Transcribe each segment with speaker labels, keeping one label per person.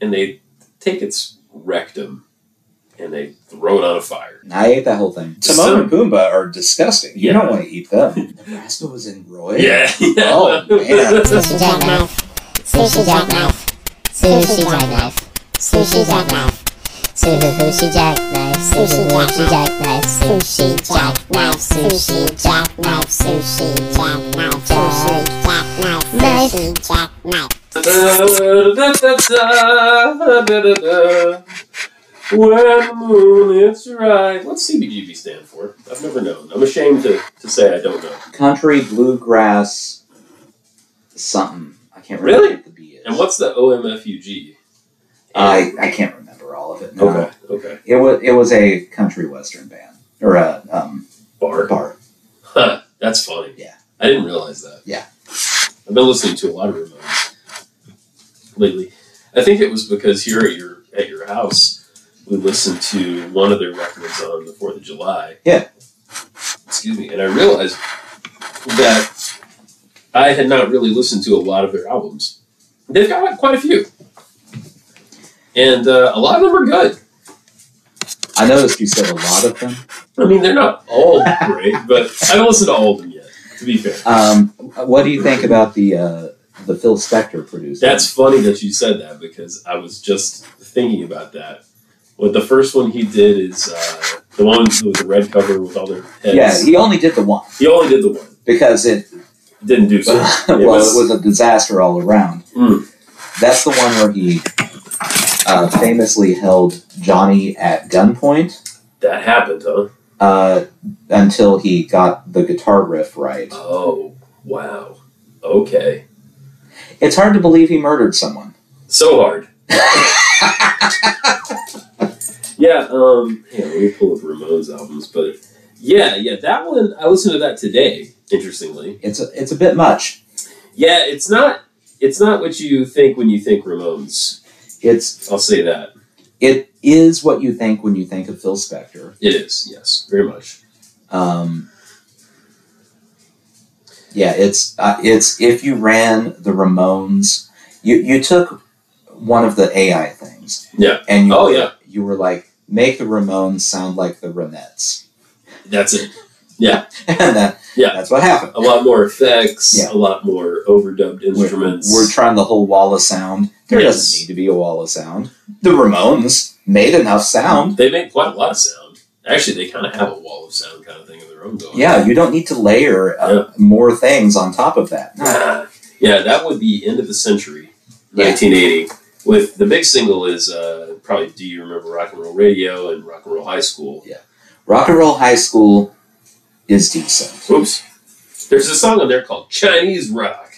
Speaker 1: and they take its rectum and they throw it on a fire.
Speaker 2: I ate that whole thing.
Speaker 1: Just
Speaker 3: Timon and Pumbaa are disgusting. You
Speaker 1: Yeah.
Speaker 3: don't want to eat them. Nebraska was in Roy.
Speaker 1: Yeah.
Speaker 3: Oh, man.
Speaker 4: Sushi jackknife. Sushi jackknife. Sushi jackknife. Sushi jackknife. Sushi jackknife. Sushi jackknife. Sushi jackknife. Sushi jackknife. Sushi jackknife. Sushi jackknife. Sushi jackknife.
Speaker 1: Da-da-da-da-da-da-da-da. When the moon is right. What's CBGB stand for? I've never known. I'm ashamed to, to say I don't know.
Speaker 2: Country bluegrass something. I can't remember
Speaker 1: Really?
Speaker 2: what the B is.
Speaker 1: And what's the OMFUG?
Speaker 2: I, I can't remember all of it. No.
Speaker 1: Okay, okay.
Speaker 2: It was it was a country western band or a um
Speaker 1: Bar.
Speaker 2: bar.
Speaker 1: Huh, that's funny.
Speaker 2: Yeah.
Speaker 1: I didn't realize that.
Speaker 2: Yeah.
Speaker 1: I've been listening to a lot of Ramones lately. I think it was because here at your at your house, we listened to one of their records on the Fourth of July.
Speaker 2: Yeah.
Speaker 1: Excuse me, and I realized that I had not really listened to a lot of their albums. They've got quite a few, and uh, a lot of them are good.
Speaker 2: I noticed you said a lot of them.
Speaker 1: I mean, they're not all great, but I haven't listened to all of them yet. To be fair.
Speaker 2: Um, what do you think about the uh, the Phil Spector producer?
Speaker 1: That's funny that you said that because I was just thinking about that. What the first one he did is uh, the one with the red cover with all their heads.
Speaker 2: yeah. He only did the one
Speaker 1: he only did the one.
Speaker 2: because it
Speaker 1: Didn't do so.
Speaker 2: well, it
Speaker 1: was-
Speaker 2: was, Hmm. a disaster all around.
Speaker 1: Mm.
Speaker 2: That's the one where he uh, famously held Johnny at gunpoint
Speaker 1: That happened, huh?
Speaker 2: uh, until he got the guitar riff right.
Speaker 1: Oh wow. Okay.
Speaker 2: It's hard to believe he murdered someone.
Speaker 1: So hard. yeah. Um. Hang on, let me pull up Ramones albums, but yeah, yeah, that one I listened to that today. Interestingly,
Speaker 2: It's a, it's a bit much.
Speaker 1: yeah, it's not. It's not what you think when you think Ramones.
Speaker 2: It's
Speaker 1: I'll say that.
Speaker 2: it is what you think when you think of Phil Spector.
Speaker 1: It is, yes, very much.
Speaker 2: Um, yeah, it's uh, it's if you ran the Ramones, you you took one of the AI things,
Speaker 1: Yeah.
Speaker 2: and you
Speaker 1: Oh,
Speaker 2: were,
Speaker 1: yeah.
Speaker 2: you were like make the Ramones sound like the Ramettes,
Speaker 1: That's it.
Speaker 2: and that
Speaker 1: Yeah.
Speaker 2: that's what happened.
Speaker 1: A lot more effects,
Speaker 2: Yeah.
Speaker 1: a lot more overdubbed
Speaker 2: We're,
Speaker 1: instruments.
Speaker 2: we're trying the whole wall of sound. There
Speaker 1: Yes.
Speaker 2: doesn't need to be a wall of sound. The Ramones made enough sound.
Speaker 1: they make quite a lot of sound. Actually, they kind of have a wall of sound kind of thing of their own going.
Speaker 2: Yeah, you don't need to layer uh, more things on top of that. No.
Speaker 1: Ah, yeah, that would be end of the century,
Speaker 2: Yeah.
Speaker 1: 1980. With the big single is uh, probably "Do You Remember Rock and Roll Radio" and "Rock and Roll High School."
Speaker 2: Rock and Roll High School is decent.
Speaker 1: Oops, there's a song on there called "Chinese Rock."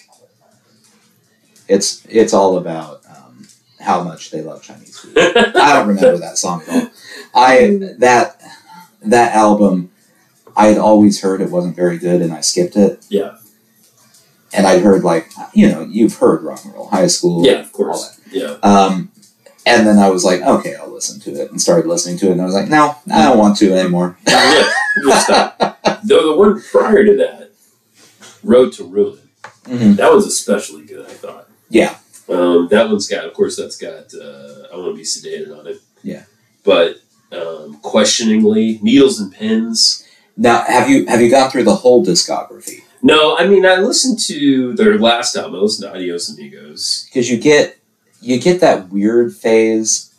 Speaker 2: It's it's all about um, how much they love Chinese food. I don't remember that song at all. I that that album I had always heard it wasn't very good, and I skipped it.
Speaker 1: Yeah.
Speaker 2: And I'd heard like you know you've heard rock and roll high school.
Speaker 1: yeah, of
Speaker 2: all
Speaker 1: course. Yeah,
Speaker 2: that. Um, and then I was like, okay, I'll listen to it, and started listening to it, and I was like, no, I don't want to anymore.
Speaker 1: yeah. Just stop. Though the one prior to that, "Road to Ruin."
Speaker 2: Mhm.
Speaker 1: That one's especially good, I thought.
Speaker 2: Yeah.
Speaker 1: Um, that one's got, of course, that's got uh, I Want to Be Sedated on it.
Speaker 2: Yeah.
Speaker 1: But um, questioningly, Needles and Pins.
Speaker 2: Now have you have you gone through the whole discography?
Speaker 1: No, I mean, I listened to their last album. I listened to Adios Amigos.
Speaker 2: Because you get you get that weird phase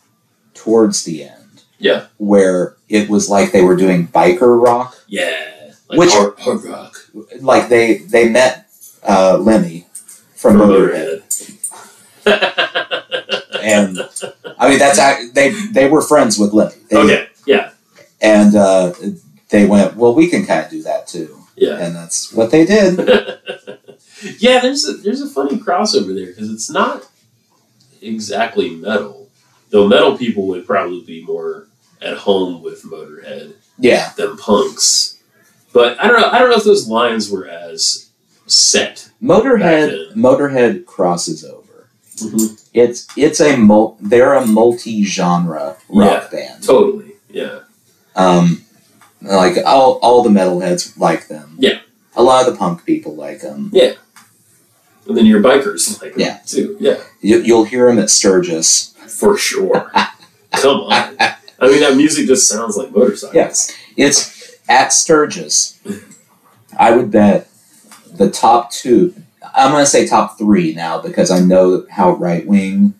Speaker 2: towards the end.
Speaker 1: Yeah.
Speaker 2: where it was like they were doing biker rock.
Speaker 1: Yeah. Like
Speaker 2: Which-
Speaker 1: hard, hard rock.
Speaker 2: Like they they met uh, Lemmy from Motorhead, and I mean that's ac- they they were friends with Lemmy. They-
Speaker 1: Okay. Yeah.
Speaker 2: and uh, they went well. We can kind of do that too,
Speaker 1: Yeah.
Speaker 2: and that's what they did.
Speaker 1: Yeah. There's a there's a funny crossover there because it's not exactly metal, though metal people would probably be more at home with Motorhead.
Speaker 2: Yeah,
Speaker 1: than punks. But I don't know. I don't know if those lines were as set.
Speaker 2: Motorhead Motorhead crosses over. Mm-hmm.
Speaker 1: Mhm.
Speaker 2: It's it's a mul- they're a multi genre rock band.
Speaker 1: Totally. Yeah.
Speaker 2: Um, like all all the metalheads like them.
Speaker 1: Yeah.
Speaker 2: a lot of the punk people like them.
Speaker 1: And then your bikers like them
Speaker 2: Yeah.
Speaker 1: too. Yeah.
Speaker 2: You, you'll hear him at Sturgis.
Speaker 1: for sure. Come on. I mean, that music just sounds like motorcycles.
Speaker 2: Yes.
Speaker 3: It's at Sturgis.
Speaker 2: I would bet the top two, I'm going to say top three now because I know how right wing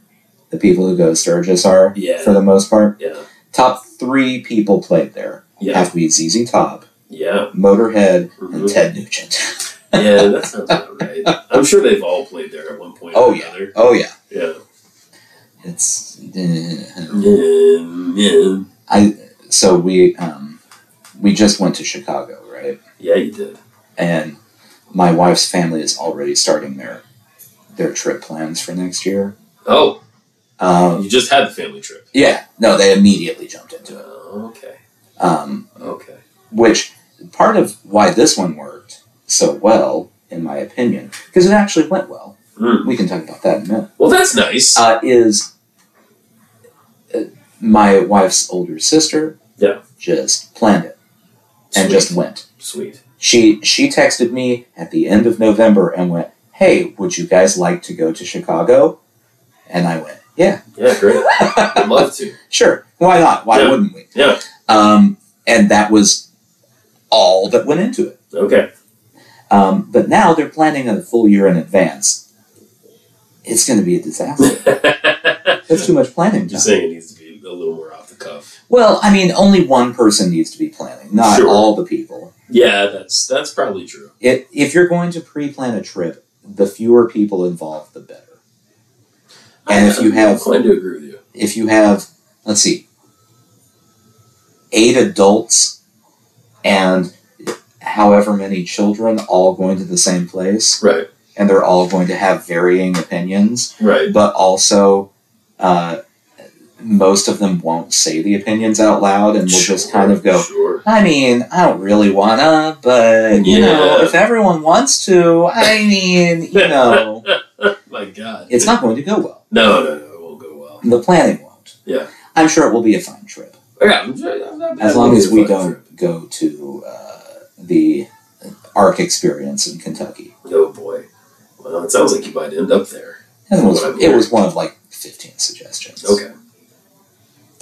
Speaker 2: the people who go to Sturgis are
Speaker 1: Yeah.
Speaker 2: for the most part.
Speaker 1: Yeah.
Speaker 2: Top three people played there
Speaker 1: Yeah.
Speaker 2: have to be ZZ Top,
Speaker 1: Yeah.
Speaker 2: Motorhead, and
Speaker 1: Mhm.
Speaker 2: Ted Nugent.
Speaker 1: Yeah, that sounds about right. I'm sure they've all played there at one point or
Speaker 2: Oh,
Speaker 1: another.
Speaker 2: Oh, yeah.
Speaker 1: Yeah.
Speaker 2: It's. eh,
Speaker 1: Mm, Yeah.
Speaker 2: I so we um, we just went to Chicago, right?
Speaker 1: Yeah, you did.
Speaker 2: And my wife's family is already starting their their trip plans for next year.
Speaker 1: Oh,
Speaker 2: Um,
Speaker 1: you just had the family trip.
Speaker 2: yeah, no, they immediately jumped into it.
Speaker 1: Oh, okay.
Speaker 2: Um,
Speaker 1: Okay.
Speaker 2: which part of why this one worked so well, in my opinion, because it actually went well.
Speaker 1: Mm.
Speaker 2: We can talk about that in a minute.
Speaker 1: Well, that's nice.
Speaker 2: Uh, is uh, my wife's older sister?
Speaker 1: Yeah.
Speaker 2: just planned it and
Speaker 1: Sweet.
Speaker 2: just went.
Speaker 1: Sweet.
Speaker 2: She she texted me at the end of November and went, "Hey, would you guys like to go to Chicago?" And I went, "Yeah,
Speaker 1: Yeah, great. I'd love to.
Speaker 2: sure. Why not? Why
Speaker 1: Yeah.
Speaker 2: wouldn't we?"
Speaker 1: Yeah.
Speaker 2: Um, and that was all that went into it.
Speaker 1: Okay.
Speaker 2: Um, but now they're planning a full year in advance. It's going to be a disaster. That's too much planning.
Speaker 1: You're
Speaker 2: John.
Speaker 1: saying it needs to be a little more off the cuff.
Speaker 2: Well, I mean, only one person needs to be planning, not
Speaker 1: Sure.
Speaker 2: all the people.
Speaker 1: Yeah, that's that's probably true.
Speaker 2: It, if you're going to pre-plan a trip, the fewer people involved, the better. And if you
Speaker 1: I'm
Speaker 2: have,
Speaker 1: inclined to agree with you.
Speaker 2: if you have, let's see, eight adults and however many children all going to the same place,
Speaker 1: Right.
Speaker 2: and they're all going to have varying opinions,
Speaker 1: Right.
Speaker 2: but also, uh, most of them won't say the opinions out loud, and will just kind of go,
Speaker 1: Sure.
Speaker 2: I mean, I don't really wanna, but you know,
Speaker 1: Yeah.
Speaker 2: if everyone wants to, I mean, you know,
Speaker 1: My God.
Speaker 2: it's not going to go well.
Speaker 1: No, no, no. It won't go well.
Speaker 2: The planning won't.
Speaker 1: Yeah.
Speaker 2: I'm sure it will be a fun trip
Speaker 1: Yeah. I'm sure, I'm not bad.
Speaker 2: as long as we
Speaker 1: Fun
Speaker 2: don't
Speaker 1: trip.
Speaker 2: go to uh, the Arc Experience in Kentucky.
Speaker 1: Oh boy. Well, it sounds like you might end up there.
Speaker 2: It was,
Speaker 1: What I'm
Speaker 2: it was one of like 15 suggestions.
Speaker 1: Okay.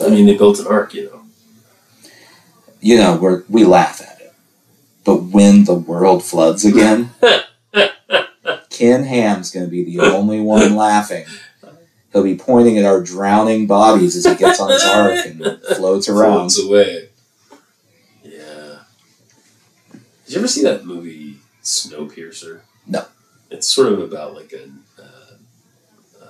Speaker 1: I mean, they built an ark, you know.
Speaker 2: You know, we're, we laugh at it, but when the world floods again, Ken Ham's going to be the only one laughing. He'll be pointing at our drowning bodies as he gets on his ark and floats around.
Speaker 1: Floats away. Yeah. Did you ever see that movie Snowpiercer?
Speaker 2: No.
Speaker 1: It's sort of about like an uh, uh,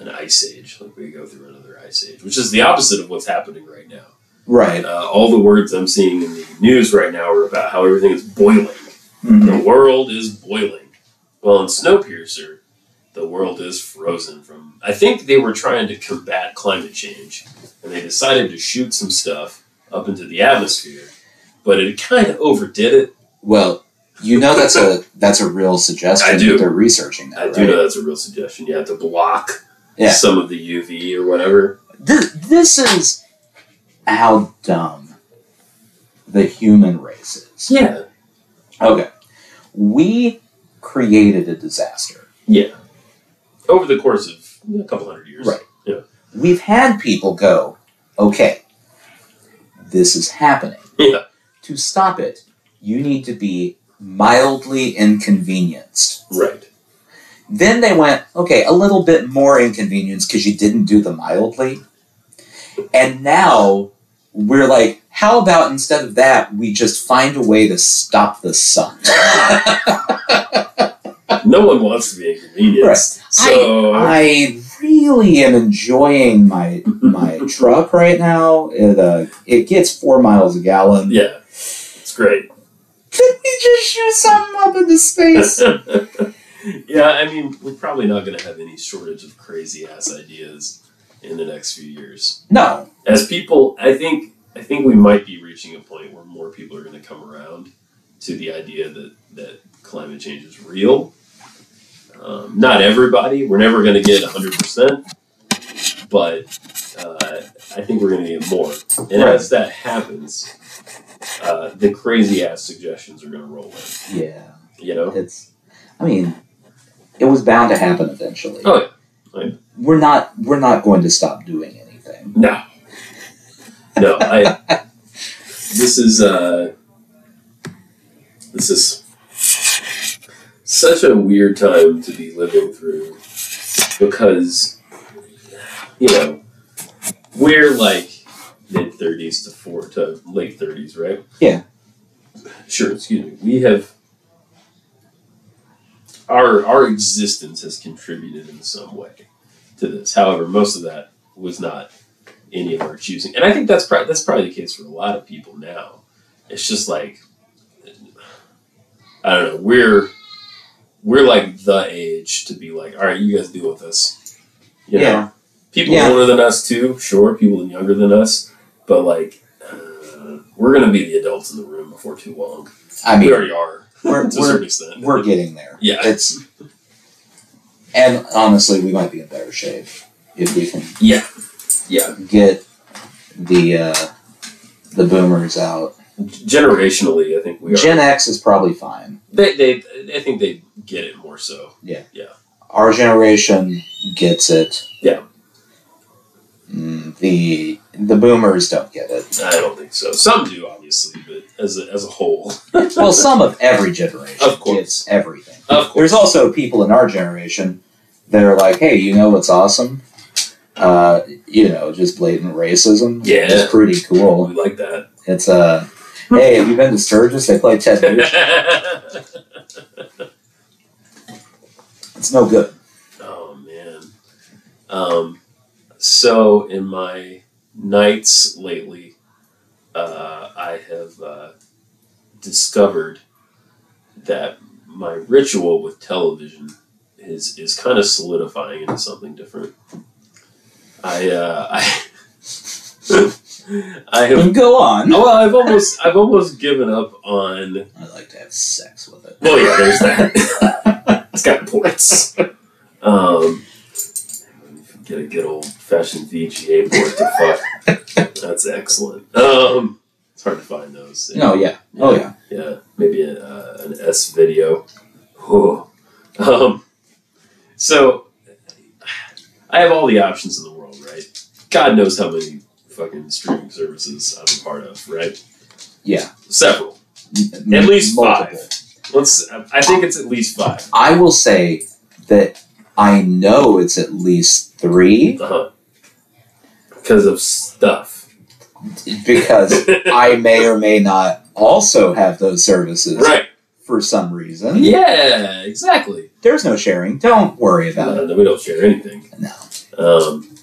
Speaker 1: an ice age, like we go through another ice age, which is the opposite of what's happening right now.
Speaker 2: Right.
Speaker 1: Uh, all the words I'm seeing in the news right now are about how everything is boiling.
Speaker 2: Mhm.
Speaker 1: The world is boiling. Well, in Snowpiercer, the world is frozen from. I think they were trying to combat climate change, and they decided to shoot some stuff up into the atmosphere, but it kind of overdid it.
Speaker 2: Well, you know that's a that's a real suggestion.
Speaker 1: I do.
Speaker 2: That they're researching that.
Speaker 1: I
Speaker 2: right?
Speaker 1: do know that's a real suggestion. You have to block
Speaker 2: Yeah.
Speaker 1: some of the UV or whatever.
Speaker 2: This, this is how dumb the human race is.
Speaker 1: Yeah.
Speaker 2: Okay. We created a disaster.
Speaker 1: Yeah. Over the course of a couple hundred years.
Speaker 2: Right.
Speaker 1: Yeah.
Speaker 2: We've had people go, okay, this is happening.
Speaker 1: Yeah.
Speaker 2: To stop it, you need to be mildly inconvenienced.
Speaker 1: Right.
Speaker 2: Then they went, okay, a little bit more inconvenience because you didn't do the mildly. And now we're like, how about instead of that, we just find a way to stop the sun?
Speaker 1: No one wants to be inconvenienced. So
Speaker 2: I really am enjoying my my truck right now. It uh, it gets four miles a gallon.
Speaker 1: yeah, it's great.
Speaker 2: Could we just shoot something up into space?
Speaker 1: yeah, I mean, we're probably not going to have any shortage of crazy ass ideas in the next few years.
Speaker 2: no.
Speaker 1: As people, I think, I think we might be reaching a point where more people are going to come around to the idea that that climate change is real. Um, not everybody. We're never going to get 100, percent but uh, I think we're going to get more. And
Speaker 2: Right.
Speaker 1: as that happens, uh, the crazy ass suggestions are going to roll in.
Speaker 2: Yeah,
Speaker 1: You know.
Speaker 2: it's. I mean, it was bound to happen eventually.
Speaker 1: Oh, yeah. I-
Speaker 2: We're not we're not going to stop doing anything.
Speaker 1: no, no. I this is uh, this is such a weird time to be living through because you know we're like mid thirties to four to late thirties, right?
Speaker 2: Yeah.
Speaker 1: Sure. Excuse me. We have. Our, our existence has contributed in some way to this. However, most of that was not any of our choosing, and I think that's probably that's probably the case for a lot of people now. It's just like I don't know. We're we're like the age to be like, all right, you guys deal with this. You know?
Speaker 2: Yeah.
Speaker 1: people
Speaker 2: Yeah.
Speaker 1: older than us too, sure. People younger than us, but like uh, we're gonna be the adults in the room before too long.
Speaker 2: I mean
Speaker 1: we
Speaker 2: we're
Speaker 1: already are to
Speaker 2: we're,
Speaker 1: a certain extent.
Speaker 2: we're getting there.
Speaker 1: Yeah.
Speaker 2: It's and honestly we might be in better shape if we can
Speaker 1: yeah, yeah.
Speaker 2: get the uh, the boomers out.
Speaker 1: Generationally, I think we are.
Speaker 2: Gen X is probably fine.
Speaker 1: they, they, I think they get it more so.
Speaker 2: Our generation gets it.
Speaker 1: Yeah.
Speaker 2: Mm, the the boomers don't get it.
Speaker 1: I don't think so. Some do, obviously, but as a, as a whole,
Speaker 2: Well, some of every generation
Speaker 1: Of course.
Speaker 2: gets everything.
Speaker 1: of course,
Speaker 2: There's also people in our generation that are like, hey, you know what's awesome? Uh, you know, just blatant racism.
Speaker 1: Yeah.
Speaker 2: It's pretty cool.
Speaker 1: we like that.
Speaker 2: It's uh hey, have you been to Sturgis? They play Ted Nugent. It's no good.
Speaker 1: oh man. Um, so in my nights lately, uh, I have uh, discovered that my ritual with television is is kind of solidifying into something different. I uh, I I have
Speaker 2: Go on.
Speaker 1: Oh, well, I've almost I've almost given up on.
Speaker 2: I like to have sex with it.
Speaker 1: Well, Oh, yeah, there's that. it's got points. Um, get a good old fashioned VGA board to fuck. That's excellent. Um, it's hard to find those.
Speaker 2: No, yeah. Oh yeah.
Speaker 1: Yeah, maybe a, uh, an S video. Whew. Um, so I have all the options in the world, right? God knows how many fucking streaming services I'm a part of, right?
Speaker 2: Yeah.
Speaker 1: Several. At least five. Let's. I think it's at least five.
Speaker 2: I will say that I know it's at least three
Speaker 1: Uh-huh. Because of stuff.
Speaker 2: because I may or may not also have those services
Speaker 1: right.
Speaker 2: for some reason.
Speaker 1: Yeah. Exactly.
Speaker 2: There's no sharing. Don't worry about
Speaker 1: No, no, Uh, we don't share anything.
Speaker 2: it. No.
Speaker 1: Um,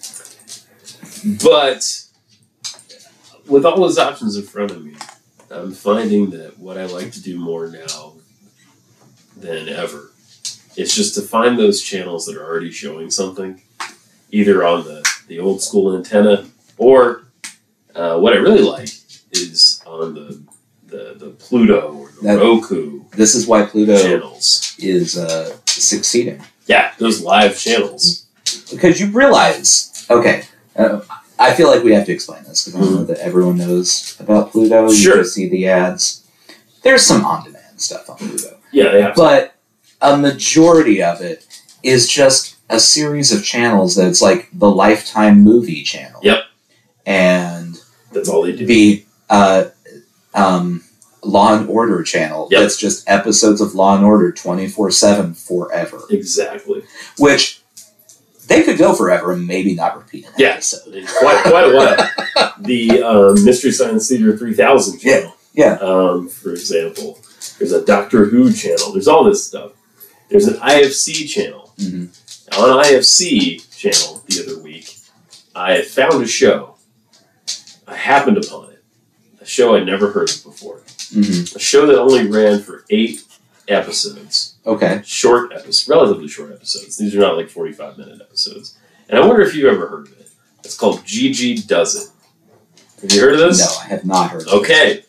Speaker 1: but with all those options in front of me, I'm finding that what I like to do more now than ever is just to find those channels that are already showing something, either on the, the old school antenna or uh, what I really like is on the the, the Pluto or the
Speaker 2: That-
Speaker 1: Roku
Speaker 2: This is why Pluto
Speaker 1: channels.
Speaker 2: is uh, succeeding
Speaker 1: Yeah, those live channels.
Speaker 2: because you realize. Okay. Uh, I feel like we have to explain this because I know that everyone knows about Pluto. You
Speaker 1: Mm-hmm. Sure.
Speaker 2: can see the ads. There's some on-demand stuff on Pluto.
Speaker 1: Yeah, they have.
Speaker 2: but a majority of it is just a series of channels that's like the lifetime movie channel
Speaker 1: Yep.
Speaker 2: and
Speaker 1: That's all they do.
Speaker 2: the uh, um, law and order channel
Speaker 1: Yep.
Speaker 2: that's just episodes of law and order 24-7 forever
Speaker 1: exactly.
Speaker 2: which they could go forever and maybe not repeat an
Speaker 1: Yeah.
Speaker 2: episode
Speaker 1: quite quite a while. The um, Mystery Science Theater three thousand channel,
Speaker 2: Yeah,
Speaker 1: Um, for example, there's a Doctor Who channel. There's all this stuff. There's an IFC channel.
Speaker 2: Mhm.
Speaker 1: On IFC channel the other week, I had found a show. I happened upon it, a show I never heard of before,
Speaker 2: hmm
Speaker 1: a show that only ran for eight episodes
Speaker 2: okay
Speaker 1: short episodes, relatively short episodes. These are not like 45 minute episodes. And I wonder if you've ever heard of it. It's called GG Does It. Have you heard of this?
Speaker 2: no i have not
Speaker 1: Oh,
Speaker 2: heard of
Speaker 1: Okay.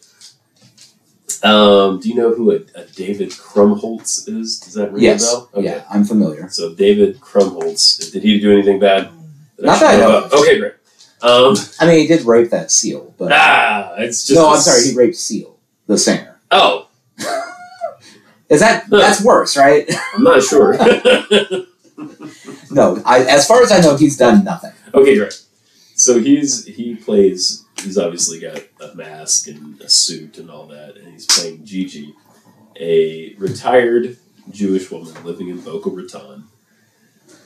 Speaker 1: Um, do you know who a, a David Krumholtz is? Does that
Speaker 2: it.
Speaker 1: ring a
Speaker 2: yes
Speaker 1: bell? Okay.
Speaker 2: yeah i'm familiar
Speaker 1: So David Krumholtz, did he do anything bad?
Speaker 2: Not
Speaker 1: should
Speaker 2: that I
Speaker 1: know
Speaker 2: know
Speaker 1: about? Okay, great. Um,
Speaker 2: i mean he did rape that seal but
Speaker 1: ah, it's just
Speaker 2: no
Speaker 1: i
Speaker 2: i'm sorry he raped seal the singer
Speaker 1: oh,
Speaker 2: Is that
Speaker 1: Huh.
Speaker 2: that's worse, right?
Speaker 1: I'm not sure.
Speaker 2: No, I, as far as I know, he's done nothing.
Speaker 1: Okay, right. So he's he plays. He's obviously got a mask and a suit and all that, and he's playing Gigi, a retired Jewish woman living in Boca Raton,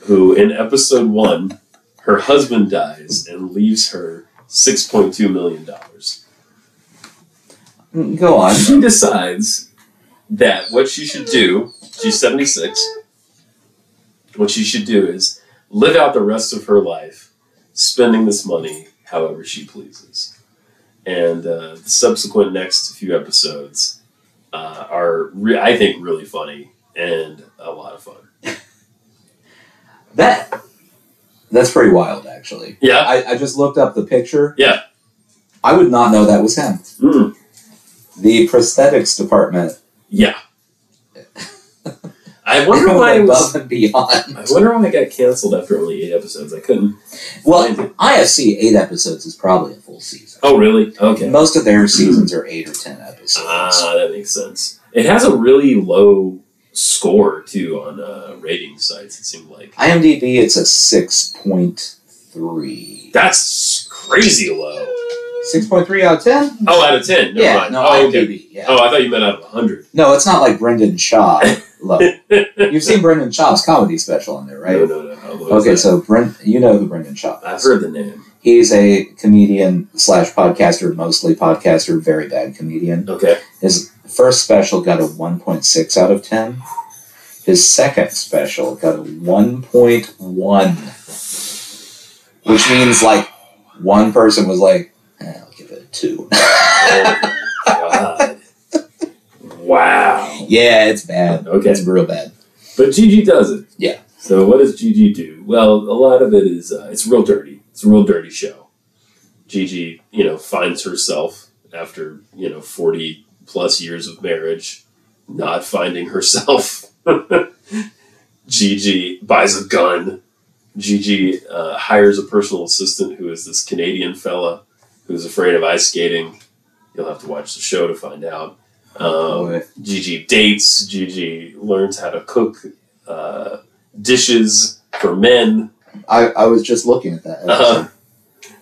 Speaker 1: who in episode one, her husband dies and leaves her six point two million dollars.
Speaker 2: Mm, Go on.
Speaker 1: She decides that what she should do. She's seventy six. What she should do is live out the rest of her life spending this money however she pleases. And uh, the subsequent next few episodes uh, are, re- I think, really funny and a lot of fun.
Speaker 2: That that's pretty wild, actually.
Speaker 1: Yeah.
Speaker 2: I, I just looked up the picture.
Speaker 1: Yeah.
Speaker 2: I would not know that was him.
Speaker 1: Mm.
Speaker 2: The prosthetics department.
Speaker 1: Yeah. I wonder
Speaker 2: went
Speaker 1: why it was.
Speaker 2: above and beyond.
Speaker 1: I wonder why it got canceled after only eight episodes. I couldn't.
Speaker 2: Well,
Speaker 1: find it.
Speaker 2: IFC eight episodes is probably a full season.
Speaker 1: oh really? Okay.
Speaker 2: Most of their seasons are eight or ten episodes.
Speaker 1: Ah, that makes sense. It has a really low score too on uh, rating sites. It seemed like
Speaker 2: IMDb, it's a six point three.
Speaker 1: that's crazy low.
Speaker 2: Six point three out of ten.
Speaker 1: Oh, out of ten. Never
Speaker 2: yeah,
Speaker 1: mind.
Speaker 2: no,
Speaker 1: oh,
Speaker 2: IMDb.
Speaker 1: okay.
Speaker 2: Yeah.
Speaker 1: Oh, I thought you meant out of hundred.
Speaker 2: No, it's not like Brendan Shaw. Look, you've seen Brendan Shaw's comedy special in there, right?
Speaker 1: No, no, no. How low is
Speaker 2: Okay,
Speaker 1: that?
Speaker 2: so Brent, you know who Brendan Shaw
Speaker 1: I've
Speaker 2: is.
Speaker 1: heard the name.
Speaker 2: He's a comedian slash podcaster, mostly podcaster, very bad comedian.
Speaker 1: Okay.
Speaker 2: His first special got a 1.6 out of 10. His second special got a 1.1, which means like one person was like, eh, I'll give it a 2.
Speaker 1: Oh, God. Wow.
Speaker 2: yeah, it's bad.
Speaker 1: Okay.
Speaker 2: It's real bad.
Speaker 1: But Gigi does it.
Speaker 2: Yeah.
Speaker 1: So what does Gigi do? Well, a lot of it is uh, it's real dirty. It's a real dirty show. Gigi, you know, finds herself after you know forty plus years of marriage, not finding herself. Gigi buys a gun. Gigi uh, hires a personal assistant who is this Canadian fella who's afraid of ice skating. You'll have to watch the show to find out. Um,
Speaker 2: Boy.
Speaker 1: Gigi dates. Gigi learns how to cook uh, dishes for men.
Speaker 2: I, I was just looking at that.
Speaker 1: Uh-huh.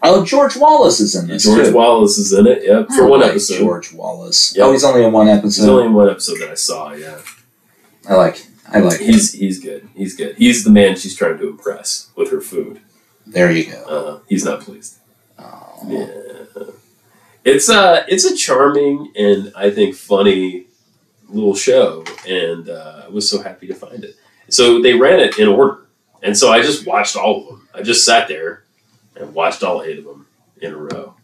Speaker 2: Oh, George Wallace is in this.
Speaker 1: George
Speaker 2: too.
Speaker 1: Wallace is in it. Yep, for
Speaker 2: I
Speaker 1: one
Speaker 2: Oh, like
Speaker 1: episode.
Speaker 2: George Wallace.
Speaker 1: Yeah.
Speaker 2: Oh, he's only in one
Speaker 1: There's
Speaker 2: episode.
Speaker 1: only one episode that I saw. Yeah,
Speaker 2: I like. I like. him.
Speaker 1: he's he's good. He's good. He's the man she's trying to impress with her food.
Speaker 2: There you go.
Speaker 1: Uh, he's not pleased.
Speaker 2: Oh.
Speaker 1: Yeah, it's a it's a charming and I think funny little show, and uh, I was so happy to find it. So they ran it in order, and so I just watched all of them. I just sat there and watched all eight of them in a row.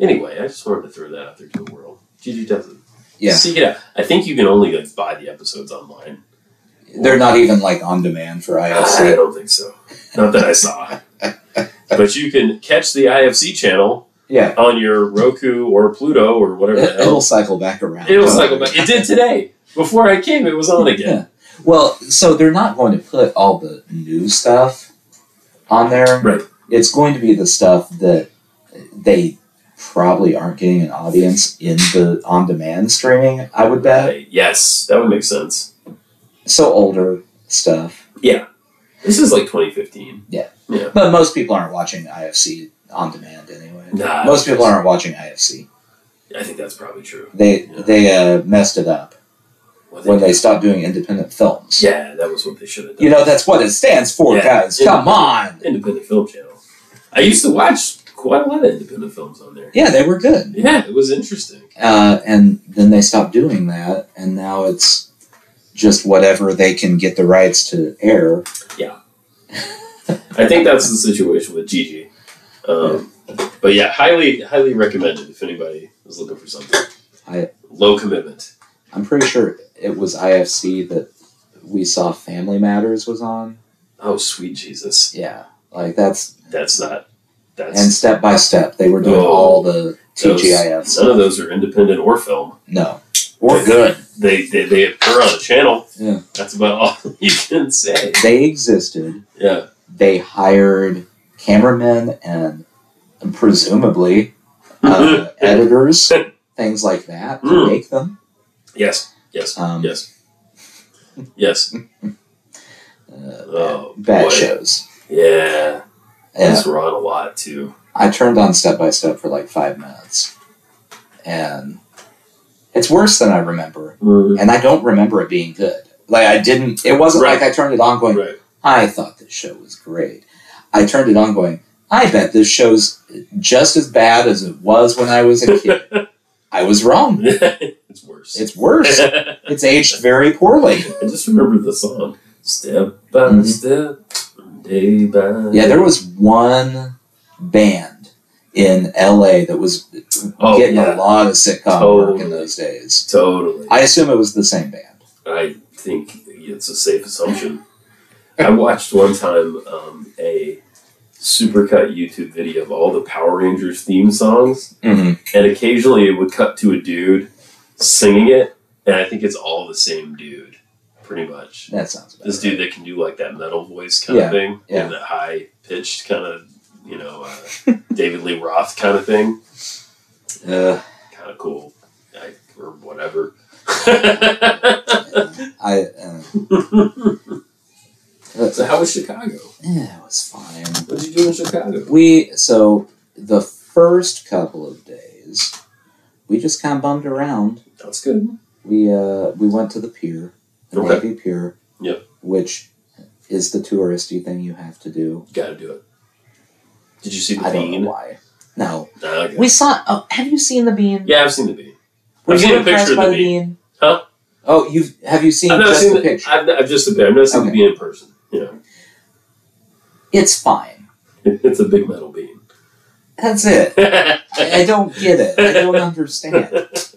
Speaker 1: Anyway, I just wanted to throw that out there to the world. Gigi doesn't.
Speaker 2: Yeah.
Speaker 1: Seek it out. I think you can only like buy the episodes online.
Speaker 2: They're not even like on demand for
Speaker 1: I
Speaker 2: IFC.
Speaker 1: don't think so. Not that I saw. but you can catch the IFC channel
Speaker 2: Yeah.
Speaker 1: on your Roku or Pluto or whatever the
Speaker 2: It,
Speaker 1: hell.
Speaker 2: will cycle back around.
Speaker 1: It'll cycle back. It did today. Before I came, it was on again.
Speaker 2: Well, so they're not going to put all the new stuff on there.
Speaker 1: Right.
Speaker 2: It's going to be the stuff that they probably aren't getting an audience in the on demand streaming, I would bet.
Speaker 1: Hey, yes, that would make sense.
Speaker 2: So older stuff.
Speaker 1: This is like 2015.
Speaker 2: But most people aren't watching IFC on demand anyway.
Speaker 1: Nah.
Speaker 2: Most people aren't watching IFC.
Speaker 1: I think that's probably true.
Speaker 2: They
Speaker 1: Yeah.
Speaker 2: they uh, messed it up
Speaker 1: Well,
Speaker 2: when they stopped doing independent films.
Speaker 1: yeah, that was what they should have done.
Speaker 2: You know, that's what it stands for,
Speaker 1: Yeah.
Speaker 2: guys. Come on.
Speaker 1: independent film channel. I used to watch quite a lot of independent films on there.
Speaker 2: Yeah, they were good.
Speaker 1: Yeah, it was interesting.
Speaker 2: Uh, and then they stopped doing that, and now it's just whatever they can get the rights to air.
Speaker 1: I think that's the situation with Gigi. Um, But yeah, highly highly recommended if anybody is looking for something.
Speaker 2: I-
Speaker 1: Low commitment.
Speaker 2: I'm pretty sure it was IFC that we saw Family Matters was on.
Speaker 1: Oh sweet Jesus,
Speaker 2: Yeah. Like that's
Speaker 1: that's not
Speaker 2: and
Speaker 1: that's
Speaker 2: step by step they were doing
Speaker 1: Oh,
Speaker 2: all the
Speaker 1: those-
Speaker 2: TGIFs.
Speaker 1: none of those are independent or film.
Speaker 2: No. Or good.
Speaker 1: They they, they appear on a channel.
Speaker 2: Yeah.
Speaker 1: That's about all you can say.
Speaker 2: They existed.
Speaker 1: Yeah,
Speaker 2: they hired cameramen and presumably uh, editors, things like that, to
Speaker 1: Mm.
Speaker 2: make them.
Speaker 1: yes, yes,
Speaker 2: Um,
Speaker 1: yes, yes.
Speaker 2: uh,
Speaker 1: Oh,
Speaker 2: bad
Speaker 1: boy.
Speaker 2: shows.
Speaker 1: Yeah,
Speaker 2: Yeah,
Speaker 1: these were on a lot too.
Speaker 2: I turned on Step by Step for like five minutes, and it's worse than I remember. And I don't remember it being good. Like I didn't. It wasn't
Speaker 1: Right.
Speaker 2: like I turned it on going,
Speaker 1: Right.
Speaker 2: I thought this show was great. I turned it on going, I bet this show's just as bad as it was when I was a kid. I was wrong.
Speaker 1: it's worse.
Speaker 2: It's worse.
Speaker 1: I
Speaker 2: It's aged very poorly.
Speaker 1: just remember the song. Step by
Speaker 2: Mhm.
Speaker 1: step, day by
Speaker 2: Yeah, there was one band in LA that was
Speaker 1: Oh,
Speaker 2: getting
Speaker 1: yeah.
Speaker 2: a lot of sitcom work
Speaker 1: Totally.
Speaker 2: in those days.
Speaker 1: Totally.
Speaker 2: I assume it was the same band.
Speaker 1: I think it's a safe assumption. I watched one time um, a supercut YouTube video of all the Power Rangers theme songs,
Speaker 2: Mm-hmm.
Speaker 1: and occasionally it would cut to a dude singing it, and I think it's all the same dude, pretty much.
Speaker 2: That sounds about
Speaker 1: This
Speaker 2: right.
Speaker 1: dude that can do like that metal voice kind
Speaker 2: Yeah,
Speaker 1: of thing,
Speaker 2: yeah.
Speaker 1: and that high pitched kind of, you know, uh, David Lee Roth kind of thing.
Speaker 2: Uh,
Speaker 1: Kind of cool, I, or whatever.
Speaker 2: I, uh,
Speaker 1: so, how was Chicago?
Speaker 2: yeah, it was fine.
Speaker 1: What did you do in Chicago?
Speaker 2: We so the first couple of days, we just kind of bummed around.
Speaker 1: That's good.
Speaker 2: We uh we went to the pier, the
Speaker 1: Okay.
Speaker 2: Navy Pier.
Speaker 1: Yep.
Speaker 2: Which is the touristy thing you have to do.
Speaker 1: Got to do it. Did you see the
Speaker 2: I don't
Speaker 1: bean?
Speaker 2: know why. No,
Speaker 1: Nah, okay.
Speaker 2: we saw. Oh, have you seen the bean?
Speaker 1: yeah, I've seen the bean.
Speaker 2: Were
Speaker 1: I've
Speaker 2: you
Speaker 1: seen a
Speaker 2: impressed
Speaker 1: picture of
Speaker 2: by
Speaker 1: the bean. Huh?
Speaker 2: Oh, you've have you seen
Speaker 1: I've not
Speaker 2: just
Speaker 1: seen
Speaker 2: the picture?
Speaker 1: I've, I've just the bean. I've not seen the
Speaker 2: Okay.
Speaker 1: bean in person. You know,
Speaker 2: It's fine.
Speaker 1: it's a big metal bean.
Speaker 2: That's it. I,
Speaker 1: yeah,
Speaker 2: I don't get it. I don't understand.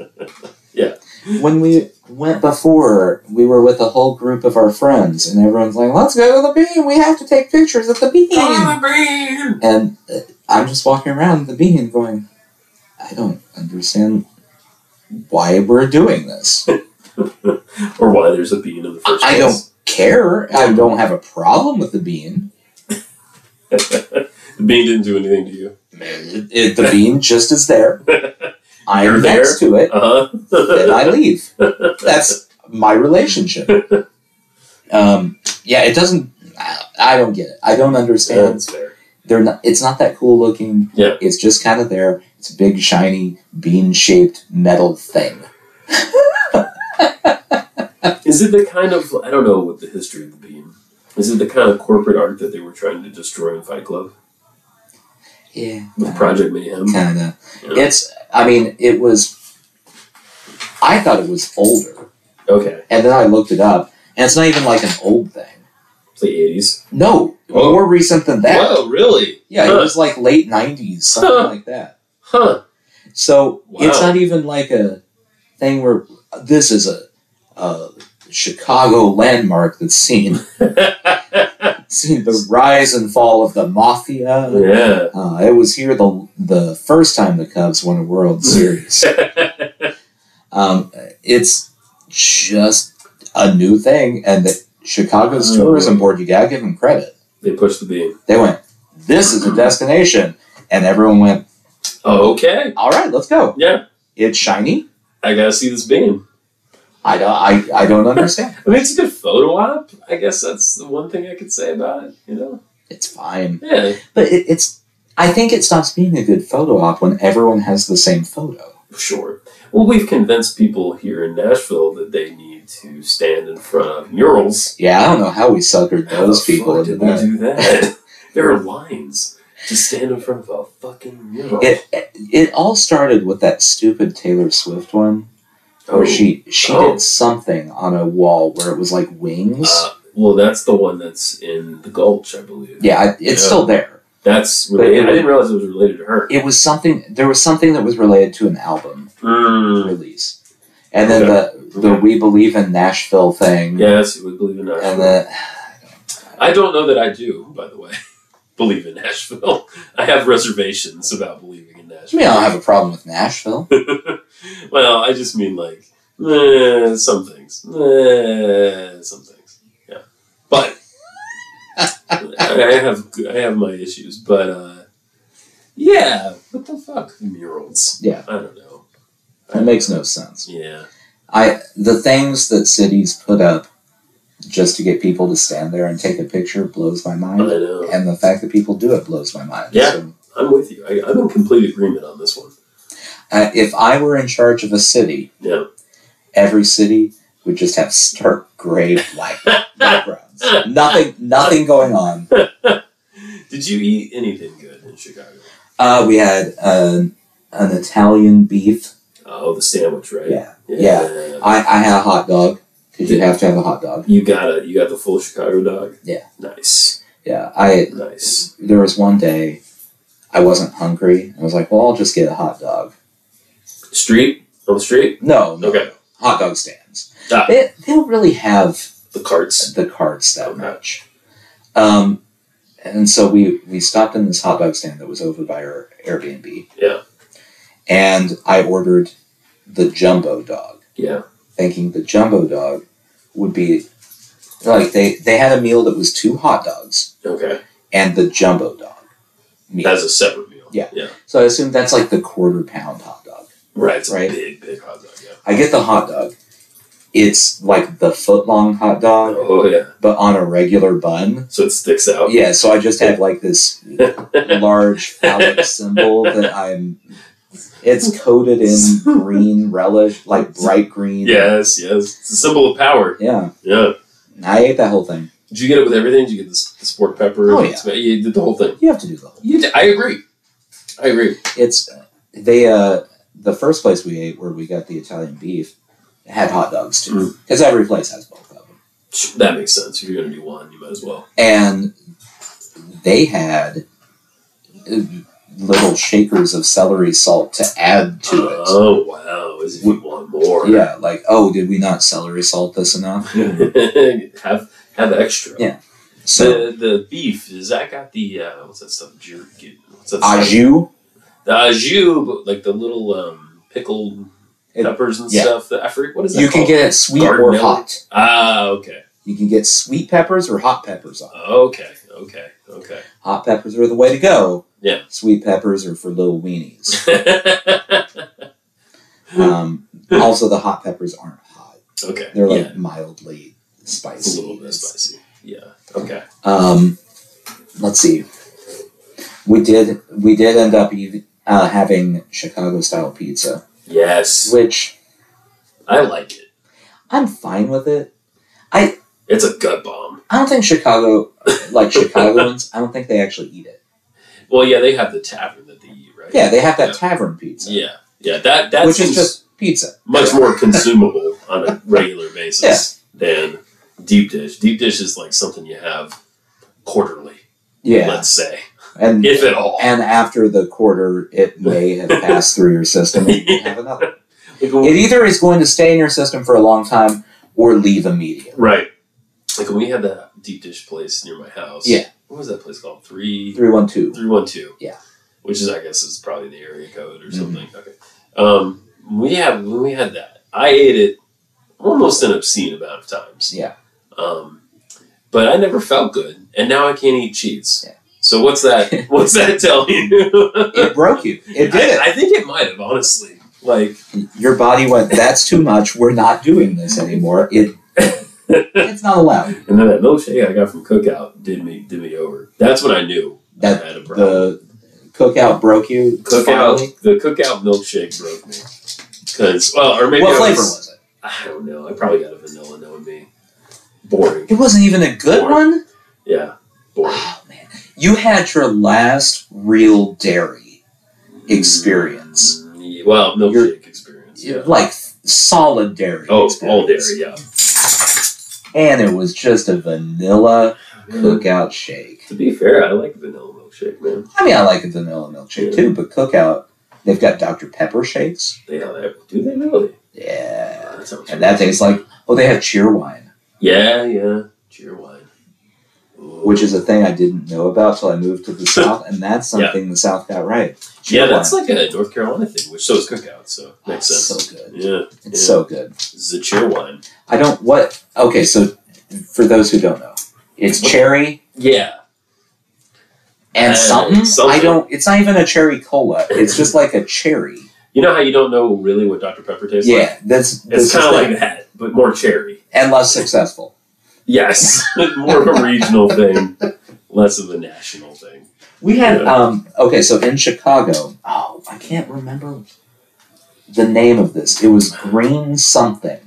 Speaker 1: Yeah.
Speaker 2: When we went before, we were with a whole group of our friends, and everyone's like, "Let's go to the bean. We have to take pictures of the bean."
Speaker 1: bean.
Speaker 2: And uh, I'm just walking around the bean, going, "I don't understand why we're doing this.
Speaker 1: Or why there's a bean in the first
Speaker 2: I
Speaker 1: place.
Speaker 2: don't care. I don't have a problem with the bean.
Speaker 1: The bean didn't do anything to you.
Speaker 2: It, it- the bean just is there.
Speaker 1: You're
Speaker 2: I'm
Speaker 1: there.
Speaker 2: next to it."
Speaker 1: Uh
Speaker 2: then
Speaker 1: huh.
Speaker 2: I leave. That's my relationship. Um, yeah, it doesn't. I, I don't get it. I don't understand.
Speaker 1: That's fair.
Speaker 2: They're not. It's not that cool looking.
Speaker 1: Yeah.
Speaker 2: It's just kind of there. It's a big shiny bean shaped metal thing.
Speaker 1: Is it the kind of I don't know what the history of the bean? Is it the kind of corporate art that they were trying to destroy in Fight Club
Speaker 2: Yeah.
Speaker 1: with Project Mayhem?
Speaker 2: Kind of.
Speaker 1: Yeah.
Speaker 2: It's. I mean, it was. I thought it was older,
Speaker 1: Okay,
Speaker 2: and then I looked it up, and it's not even like an old thing.
Speaker 1: it's the eighties.
Speaker 2: No,
Speaker 1: Whoa.
Speaker 2: more recent than that.
Speaker 1: Whoa, really?
Speaker 2: Yeah, it
Speaker 1: Huh.
Speaker 2: was like late '90s,
Speaker 1: Huh.
Speaker 2: something like that.
Speaker 1: Huh.
Speaker 2: So it's
Speaker 1: Wow.
Speaker 2: not even like a thing where this is a, a Chicago landmark that's seen seen the rise and fall of the mafia.
Speaker 1: yeah.
Speaker 2: Uh, it was here the the first time the Cubs won a World Series. um, it's just a new thing, and the Chicago's
Speaker 1: Oh.
Speaker 2: tourism board, you gotta give them credit.
Speaker 1: They pushed the bean.
Speaker 2: They went, "This is a destination," and everyone went,
Speaker 1: Okay.
Speaker 2: "All right, let's go."
Speaker 1: Yeah.
Speaker 2: It's shiny.
Speaker 1: I gotta see this bean.
Speaker 2: I don't. I, I don't understand.
Speaker 1: I mean, it's a good photo op. I guess that's the one thing I could say about it. You know?
Speaker 2: it's fine,
Speaker 1: Yeah.
Speaker 2: but it, it's. I think it stops being a good photo op when everyone has the same photo.
Speaker 1: Sure. Well, we've convinced people here in Nashville that they need to stand in front of murals.
Speaker 2: Yeah, I don't know how we suckered
Speaker 1: How
Speaker 2: those
Speaker 1: the
Speaker 2: people
Speaker 1: fuck
Speaker 2: into
Speaker 1: did we
Speaker 2: that.
Speaker 1: do that? there are lines to stand in front of a fucking mural.
Speaker 2: It, it it all started with that stupid Taylor Swift one
Speaker 1: Oh,
Speaker 2: where she she
Speaker 1: Oh.
Speaker 2: did something on a wall where it was like wings.
Speaker 1: Uh, well, that's the one that's in the Gulch, I believe.
Speaker 2: yeah, I- it's
Speaker 1: yeah.
Speaker 2: still there.
Speaker 1: That's
Speaker 2: But
Speaker 1: related.
Speaker 2: it-
Speaker 1: I didn't realize it was related to her.
Speaker 2: It was something. There was something that was related to an album
Speaker 1: Mm.
Speaker 2: release, and then the the We Believe in Nashville thing,
Speaker 1: Yes, we believe in Nashville.
Speaker 2: and the
Speaker 1: I don't know that I do, by the way, believe in Nashville. I have reservations about believing in
Speaker 2: I mean, I
Speaker 1: Nashville.
Speaker 2: don't have a problem with Nashville.
Speaker 1: well, I just mean like eh, some things, eh, some things. Yeah, but I have I have my issues, but uh, yeah, what the fuck murals?
Speaker 2: Yeah.
Speaker 1: I don't know.
Speaker 2: That makes no sense.
Speaker 1: Yeah,
Speaker 2: I the things that cities put up just to get people to stand there and take a picture blows my
Speaker 1: I
Speaker 2: mind.
Speaker 1: know.
Speaker 2: And the fact that people do it blows my mind.
Speaker 1: Yeah.
Speaker 2: So,
Speaker 1: I'm with you. I, I'm in complete agreement on this one.
Speaker 2: uh, if I were in charge of a city,
Speaker 1: Yeah.
Speaker 2: every city would just have stark gray black backgrounds. nothing, nothing going on.
Speaker 1: Did you eat anything good in Chicago?
Speaker 2: Uh, we had an, an Italian beef.
Speaker 1: Oh, the sandwich, right?
Speaker 2: Yeah. I, I had a hot dog because you have to have a hot dog.
Speaker 1: You got it. You got the full Chicago dog.
Speaker 2: Yeah.
Speaker 1: Nice.
Speaker 2: Yeah, I
Speaker 1: Nice.
Speaker 2: there was one day I wasn't hungry. I was like, well, I'll just get a hot dog.
Speaker 1: Street on the street.
Speaker 2: No, no
Speaker 1: Okay.
Speaker 2: hot dog stands.
Speaker 1: Ah.
Speaker 2: They, they don't really have
Speaker 1: The carts.
Speaker 2: the carts that
Speaker 1: Okay.
Speaker 2: much. Um, and so we, we stopped in this hot dog stand that was over by our Airbnb.
Speaker 1: Yeah.
Speaker 2: And I ordered the jumbo dog,
Speaker 1: Yeah.
Speaker 2: thinking the jumbo dog would be like they, they had a meal that was two hot dogs
Speaker 1: Okay.
Speaker 2: and the jumbo dog meal.
Speaker 1: That's a separate meal.
Speaker 2: Yeah.
Speaker 1: Yeah.
Speaker 2: so I assume that's like the quarter pound hot dog.
Speaker 1: Right. It's
Speaker 2: Right.
Speaker 1: a big, big hot dog. Yeah.
Speaker 2: I get the hot dog. It's like the foot long hot dog,
Speaker 1: Oh yeah.
Speaker 2: but on a regular bun.
Speaker 1: So it sticks out.
Speaker 2: Yeah, so I just have like this large phallic symbol that I'm. It's coated in green relish, like bright green.
Speaker 1: Yes. Yes. It's a symbol of power.
Speaker 2: Yeah.
Speaker 1: Yeah.
Speaker 2: I ate that whole thing.
Speaker 1: Did you get it with everything? Did you get this, the pork pepper?
Speaker 2: Oh,
Speaker 1: and
Speaker 2: yeah.
Speaker 1: toma- You did the whole thing.
Speaker 2: You have to do the whole.
Speaker 1: You did, I agree. I agree.
Speaker 2: It's they uh the first place we ate where we got the Italian beef had hot dogs too because every place has both of them.
Speaker 1: That makes sense. If you're gonna do one, you might as well.
Speaker 2: and they had uh, little shakers of celery salt to add to it.
Speaker 1: Oh wow! As if you want more.
Speaker 2: Yeah, like oh, did we not celery salt this enough?
Speaker 1: have have extra.
Speaker 2: Yeah.
Speaker 1: the
Speaker 2: So
Speaker 1: the beef is that got the uh, what's that stuff? Jer- what's that?
Speaker 2: au
Speaker 1: stuff?
Speaker 2: jus,
Speaker 1: The au jus, but like the little um, pickled
Speaker 2: It-
Speaker 1: peppers and
Speaker 2: yeah.
Speaker 1: stuff. That I forget what is that.
Speaker 2: you can
Speaker 1: called?
Speaker 2: get it sweet
Speaker 1: Garden
Speaker 2: or
Speaker 1: milk?
Speaker 2: hot.
Speaker 1: Ah, okay,
Speaker 2: You can get sweet peppers or hot peppers on. it.
Speaker 1: okay, okay, okay.
Speaker 2: Hot peppers are the way to go.
Speaker 1: Yeah.
Speaker 2: Sweet peppers are for little weenies.
Speaker 1: okay,
Speaker 2: um, also, the hot peppers aren't hot. They're like
Speaker 1: yeah,
Speaker 2: mildly spicy.
Speaker 1: it's a little bit spicy. Yeah. Okay.
Speaker 2: Um, let's see. We did we did end up ev- uh, having Chicago style pizza,
Speaker 1: Yes,
Speaker 2: which
Speaker 1: I like it.
Speaker 2: I'm fine with it.
Speaker 1: It's a gut bomb.
Speaker 2: I don't think Chicago like Chicagoans. I don't think they actually eat it.
Speaker 1: Well, yeah, they have the tavern that they eat, right?
Speaker 2: Yeah, they have that tavern pizza,
Speaker 1: Yeah, yeah. That that
Speaker 2: which
Speaker 1: seems
Speaker 2: is just pizza.
Speaker 1: much more consumable on a regular basis than deep dish. Deep dish is like something you have quarterly,
Speaker 2: Yeah,
Speaker 1: let's say,
Speaker 2: and
Speaker 1: if at all.
Speaker 2: and after the quarter, it may have passed through your system. And you have another.
Speaker 1: Like when-
Speaker 2: It either is going to stay in your system for a long time or leave immediately.
Speaker 1: right. Like when we had that deep dish place near my house.
Speaker 2: Yeah.
Speaker 1: What was that place called? Three
Speaker 2: Three one two.
Speaker 1: three one two.
Speaker 2: Yeah.
Speaker 1: Which is, I guess, is probably the area code or
Speaker 2: Mhm.
Speaker 1: something. Okay. Um, we have when we had that, I ate it almost an obscene amount of times.
Speaker 2: Yeah.
Speaker 1: Um, but I never felt good, and now I can't eat cheese.
Speaker 2: Yeah.
Speaker 1: So what's that? What's that tell you?
Speaker 2: It broke you. It did it.
Speaker 1: I, I think it might have, honestly. Like,
Speaker 2: your body went, that's too much. We're not doing this anymore. It,
Speaker 1: and
Speaker 2: it's not allowed.
Speaker 1: then that milkshake I got from Cookout did me did me over. That's when I knew
Speaker 2: That-
Speaker 1: I had a problem.
Speaker 2: The cookout broke you. finally.
Speaker 1: cookout, the Cookout milkshake broke me because well, or maybe
Speaker 2: What
Speaker 1: I
Speaker 2: flavor
Speaker 1: was-
Speaker 2: was it?
Speaker 1: I don't know. I probably got a vanilla knowing me. Boring.
Speaker 2: It wasn't even a good
Speaker 1: Corn.
Speaker 2: one.
Speaker 1: Yeah, boring.
Speaker 2: Oh, man. You had your last real dairy experience.
Speaker 1: Mm, Well, milkshake
Speaker 2: You're-
Speaker 1: experience. Yeah.
Speaker 2: Like solid dairy.
Speaker 1: Oh,
Speaker 2: experience.
Speaker 1: all dairy. Yeah.
Speaker 2: And it was just a vanilla cookout shake.
Speaker 1: To be fair, I like vanilla milkshake, man.
Speaker 2: I mean, I like a vanilla milkshake too, but cookout, they've got Dr. Pepper shakes.
Speaker 1: They have that. Do they really?
Speaker 2: Yeah.
Speaker 1: Uh, that sounds
Speaker 2: And that tastes like, oh, they have cheer wine.
Speaker 1: Yeah, yeah. Cheer wine.
Speaker 2: which is a thing I didn't know about till I moved to the South, and that's something the South got right.
Speaker 1: yeah, that's like a North Carolina thing, which so is cookout, so makes
Speaker 2: It's
Speaker 1: sense.
Speaker 2: Ah, So good.
Speaker 1: Yeah,
Speaker 2: It's
Speaker 1: Yeah.
Speaker 2: so good.
Speaker 1: this is a cheer wine.
Speaker 2: I don't what. Okay, so for those who don't know, it's cherry
Speaker 1: Yeah,
Speaker 2: and
Speaker 1: Uh,
Speaker 2: something.
Speaker 1: something.
Speaker 2: I don't. It's not even a cherry cola. It's just like a cherry.
Speaker 1: you know how you don't know really what Dr Pepper tastes like.
Speaker 2: yeah, that's
Speaker 1: it's
Speaker 2: this is
Speaker 1: kind of
Speaker 2: the-
Speaker 1: like that, but more cherry.
Speaker 2: and less successful.
Speaker 1: Yes, more of a regional thing, less of a national thing.
Speaker 2: We had
Speaker 1: Yeah.
Speaker 2: um okay, so in Chicago, oh, I can't remember the name of this. It was Green something.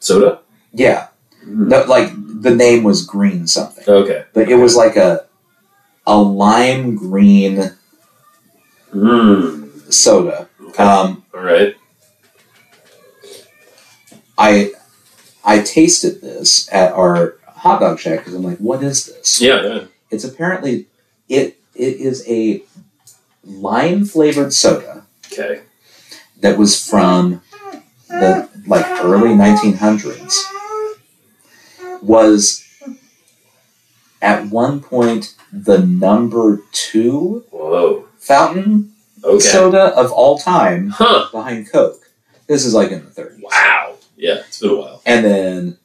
Speaker 1: Soda.
Speaker 2: Yeah,
Speaker 1: Mm.
Speaker 2: no, like the name was Green something,
Speaker 1: Okay.
Speaker 2: but it was like a a lime green
Speaker 1: Mm.
Speaker 2: soda.
Speaker 1: Okay.
Speaker 2: Um,
Speaker 1: All right.
Speaker 2: I I tasted this at our hot dog shack because I'm like, what is this?
Speaker 1: Yeah. yeah.
Speaker 2: It's apparently it it is a lime flavored soda.
Speaker 1: Okay.
Speaker 2: that was from the like early 1900s was at one point the number two
Speaker 1: Whoa.
Speaker 2: fountain
Speaker 1: Okay.
Speaker 2: soda of all time
Speaker 1: huh.
Speaker 2: behind Coke. This is like in the 30s.
Speaker 1: Wow. Yeah. It's been a while.
Speaker 2: And then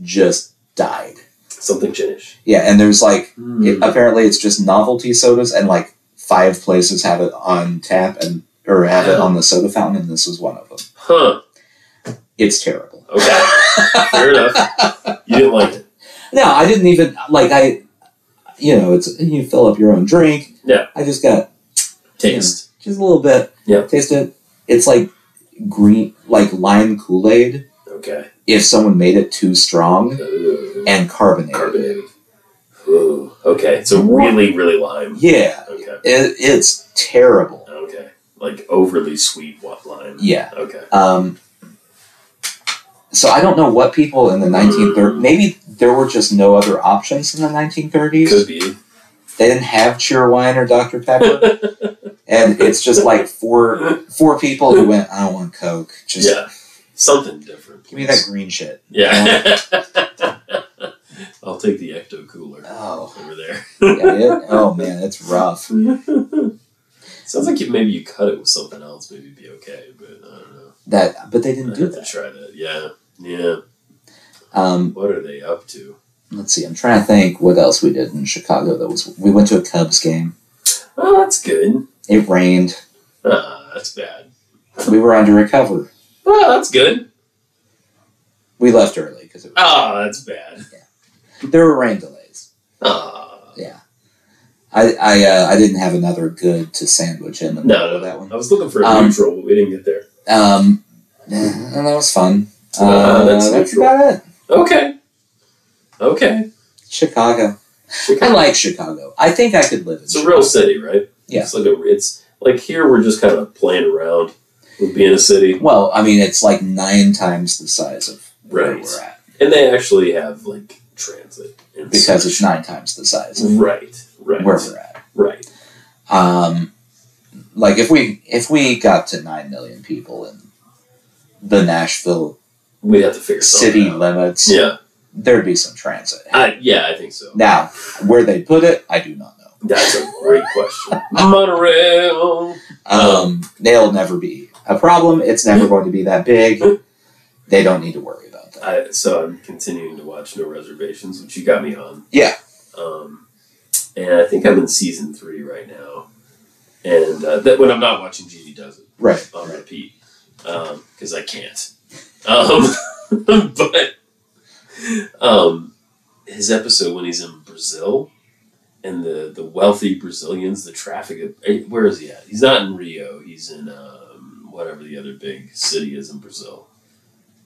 Speaker 2: just died.
Speaker 1: Something changed.
Speaker 2: Yeah, and there's like, it,
Speaker 1: Mm.
Speaker 2: apparently it's just novelty sodas and like five places have it on tap and or have it on the soda fountain and this was one of them.
Speaker 1: Huh.
Speaker 2: It's terrible.
Speaker 1: Okay. Fair enough. You didn't like it.
Speaker 2: No, I didn't even like I. You know, it's you fill up your own drink.
Speaker 1: Yeah.
Speaker 2: I just got
Speaker 1: Taste.
Speaker 2: just a little bit.
Speaker 1: Yeah.
Speaker 2: Taste it. It's like green, like lime Kool Aid.
Speaker 1: Okay.
Speaker 2: If someone made it too strong
Speaker 1: Ooh.
Speaker 2: and carbonated.
Speaker 1: Carbonated. Ooh. Okay. So really, really lime.
Speaker 2: Yeah,
Speaker 1: Okay.
Speaker 2: it, it's terrible.
Speaker 1: Okay. Like overly sweet wa- lime.
Speaker 2: Yeah.
Speaker 1: Okay.
Speaker 2: Um. So I don't know what people in the 1930s. Maybe there were just no other options in the 1930s.
Speaker 1: Could be.
Speaker 2: They didn't have Cheerwine or Dr. Pepper. and it's just like four four people who went, I don't want Coke. Just
Speaker 1: yeah. Something different.
Speaker 2: give me that
Speaker 1: please.
Speaker 2: green shit.
Speaker 1: Yeah. I'll take the ecto cooler
Speaker 2: Oh.
Speaker 1: over there.
Speaker 2: Yeah, it- oh man, it's rough.
Speaker 1: Sounds like you, maybe you cut it with something else, maybe it'd be okay, but I don't know.
Speaker 2: That but they didn't
Speaker 1: I'd
Speaker 2: do
Speaker 1: have to
Speaker 2: that.
Speaker 1: try that. Yeah. Yeah.
Speaker 2: Um,
Speaker 1: What are they up to?
Speaker 2: let's see, I'm trying to think what else we did in Chicago that was we went to a Cubs game.
Speaker 1: Oh, that's good.
Speaker 2: It rained.
Speaker 1: Ah, that's bad.
Speaker 2: We were under a cover.
Speaker 1: Oh, that's good.
Speaker 2: We left early because it was,
Speaker 1: Ah, that's bad. Oh.
Speaker 2: there were rain delays.
Speaker 1: Ah.
Speaker 2: I I, uh, I didn't have another good to sandwich in the
Speaker 1: No,
Speaker 2: middle
Speaker 1: no,
Speaker 2: of that one.
Speaker 1: I was looking for a
Speaker 2: Um,
Speaker 1: neutral, but we didn't get there.
Speaker 2: Um, eh, and that was fun. Uh,
Speaker 1: Uh, that's
Speaker 2: that's
Speaker 1: neutral.
Speaker 2: about it.
Speaker 1: Okay. Okay.
Speaker 2: Chicago. I
Speaker 1: Chicago.
Speaker 2: like Chicago. I think I could live in
Speaker 1: It's a
Speaker 2: Chicago.
Speaker 1: real city, right?
Speaker 2: Yeah.
Speaker 1: It's like a, it's like here we're just kind of playing around with being a city,
Speaker 2: Well, I mean, it's like nine times the size of where
Speaker 1: Right.
Speaker 2: we're at
Speaker 1: and they actually have like transit and
Speaker 2: because
Speaker 1: such.
Speaker 2: it's nine times the size of
Speaker 1: right, right,
Speaker 2: where we're at.
Speaker 1: right.
Speaker 2: Um, like if we if we got to nine million people in the Nashville
Speaker 1: We have to figure something
Speaker 2: city
Speaker 1: Out.
Speaker 2: limits,
Speaker 1: Yeah,
Speaker 2: there'd be some transit.
Speaker 1: I, yeah, I think so.
Speaker 2: now, where they put it, I do not know.
Speaker 1: That's a great question. Monorail.
Speaker 2: Um, they'll never be a problem. It's never going to be that big. They don't need to worry about that.
Speaker 1: I, so I'm continuing to watch No Reservations, which you got me on.
Speaker 2: Yeah.
Speaker 1: Um, and I think I'm in season three right now. And uh, that when I'm not watching Gigi Does It
Speaker 2: Right.
Speaker 1: on repeat because I can't. Um, but um, his episode when he's in Brazil and the, the wealthy Brazilians, the traffic. Of, eh, where is he at? He's not in Rio. He's in um, whatever the other big city is in Brazil.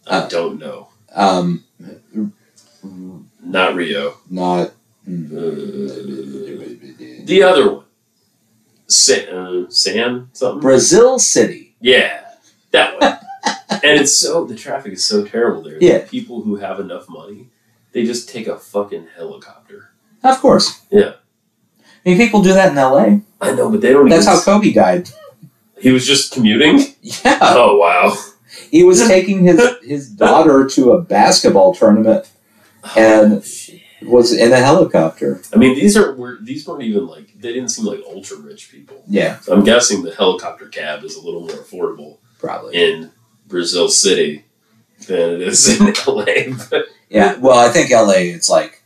Speaker 1: I
Speaker 2: Uh,
Speaker 1: don't know.
Speaker 2: Um,
Speaker 1: Not Rio.
Speaker 2: not. hmm.
Speaker 1: The other one. San, uh, San something?
Speaker 2: Brazil City.
Speaker 1: Yeah, that one. and it's so the traffic is so terrible there. that
Speaker 2: Yeah.
Speaker 1: people who have enough money, they just take a fucking helicopter.
Speaker 2: Of course.
Speaker 1: Yeah.
Speaker 2: I mean, people do that in LA.
Speaker 1: I know, but they don't.
Speaker 2: That's
Speaker 1: even,
Speaker 2: how Kobe died.
Speaker 1: he was just commuting.
Speaker 2: Yeah.
Speaker 1: Oh wow.
Speaker 2: He was taking his, his daughter to a basketball tournament And-
Speaker 1: Shit.
Speaker 2: was in a helicopter.
Speaker 1: I mean, these are were, these weren't even like they didn't seem like ultra rich people.
Speaker 2: Yeah,
Speaker 1: So I'm guessing the helicopter cab is a little more affordable
Speaker 2: probably.
Speaker 1: in Brazil City than it is in LA. But,
Speaker 2: Yeah. Well, I think LA it's like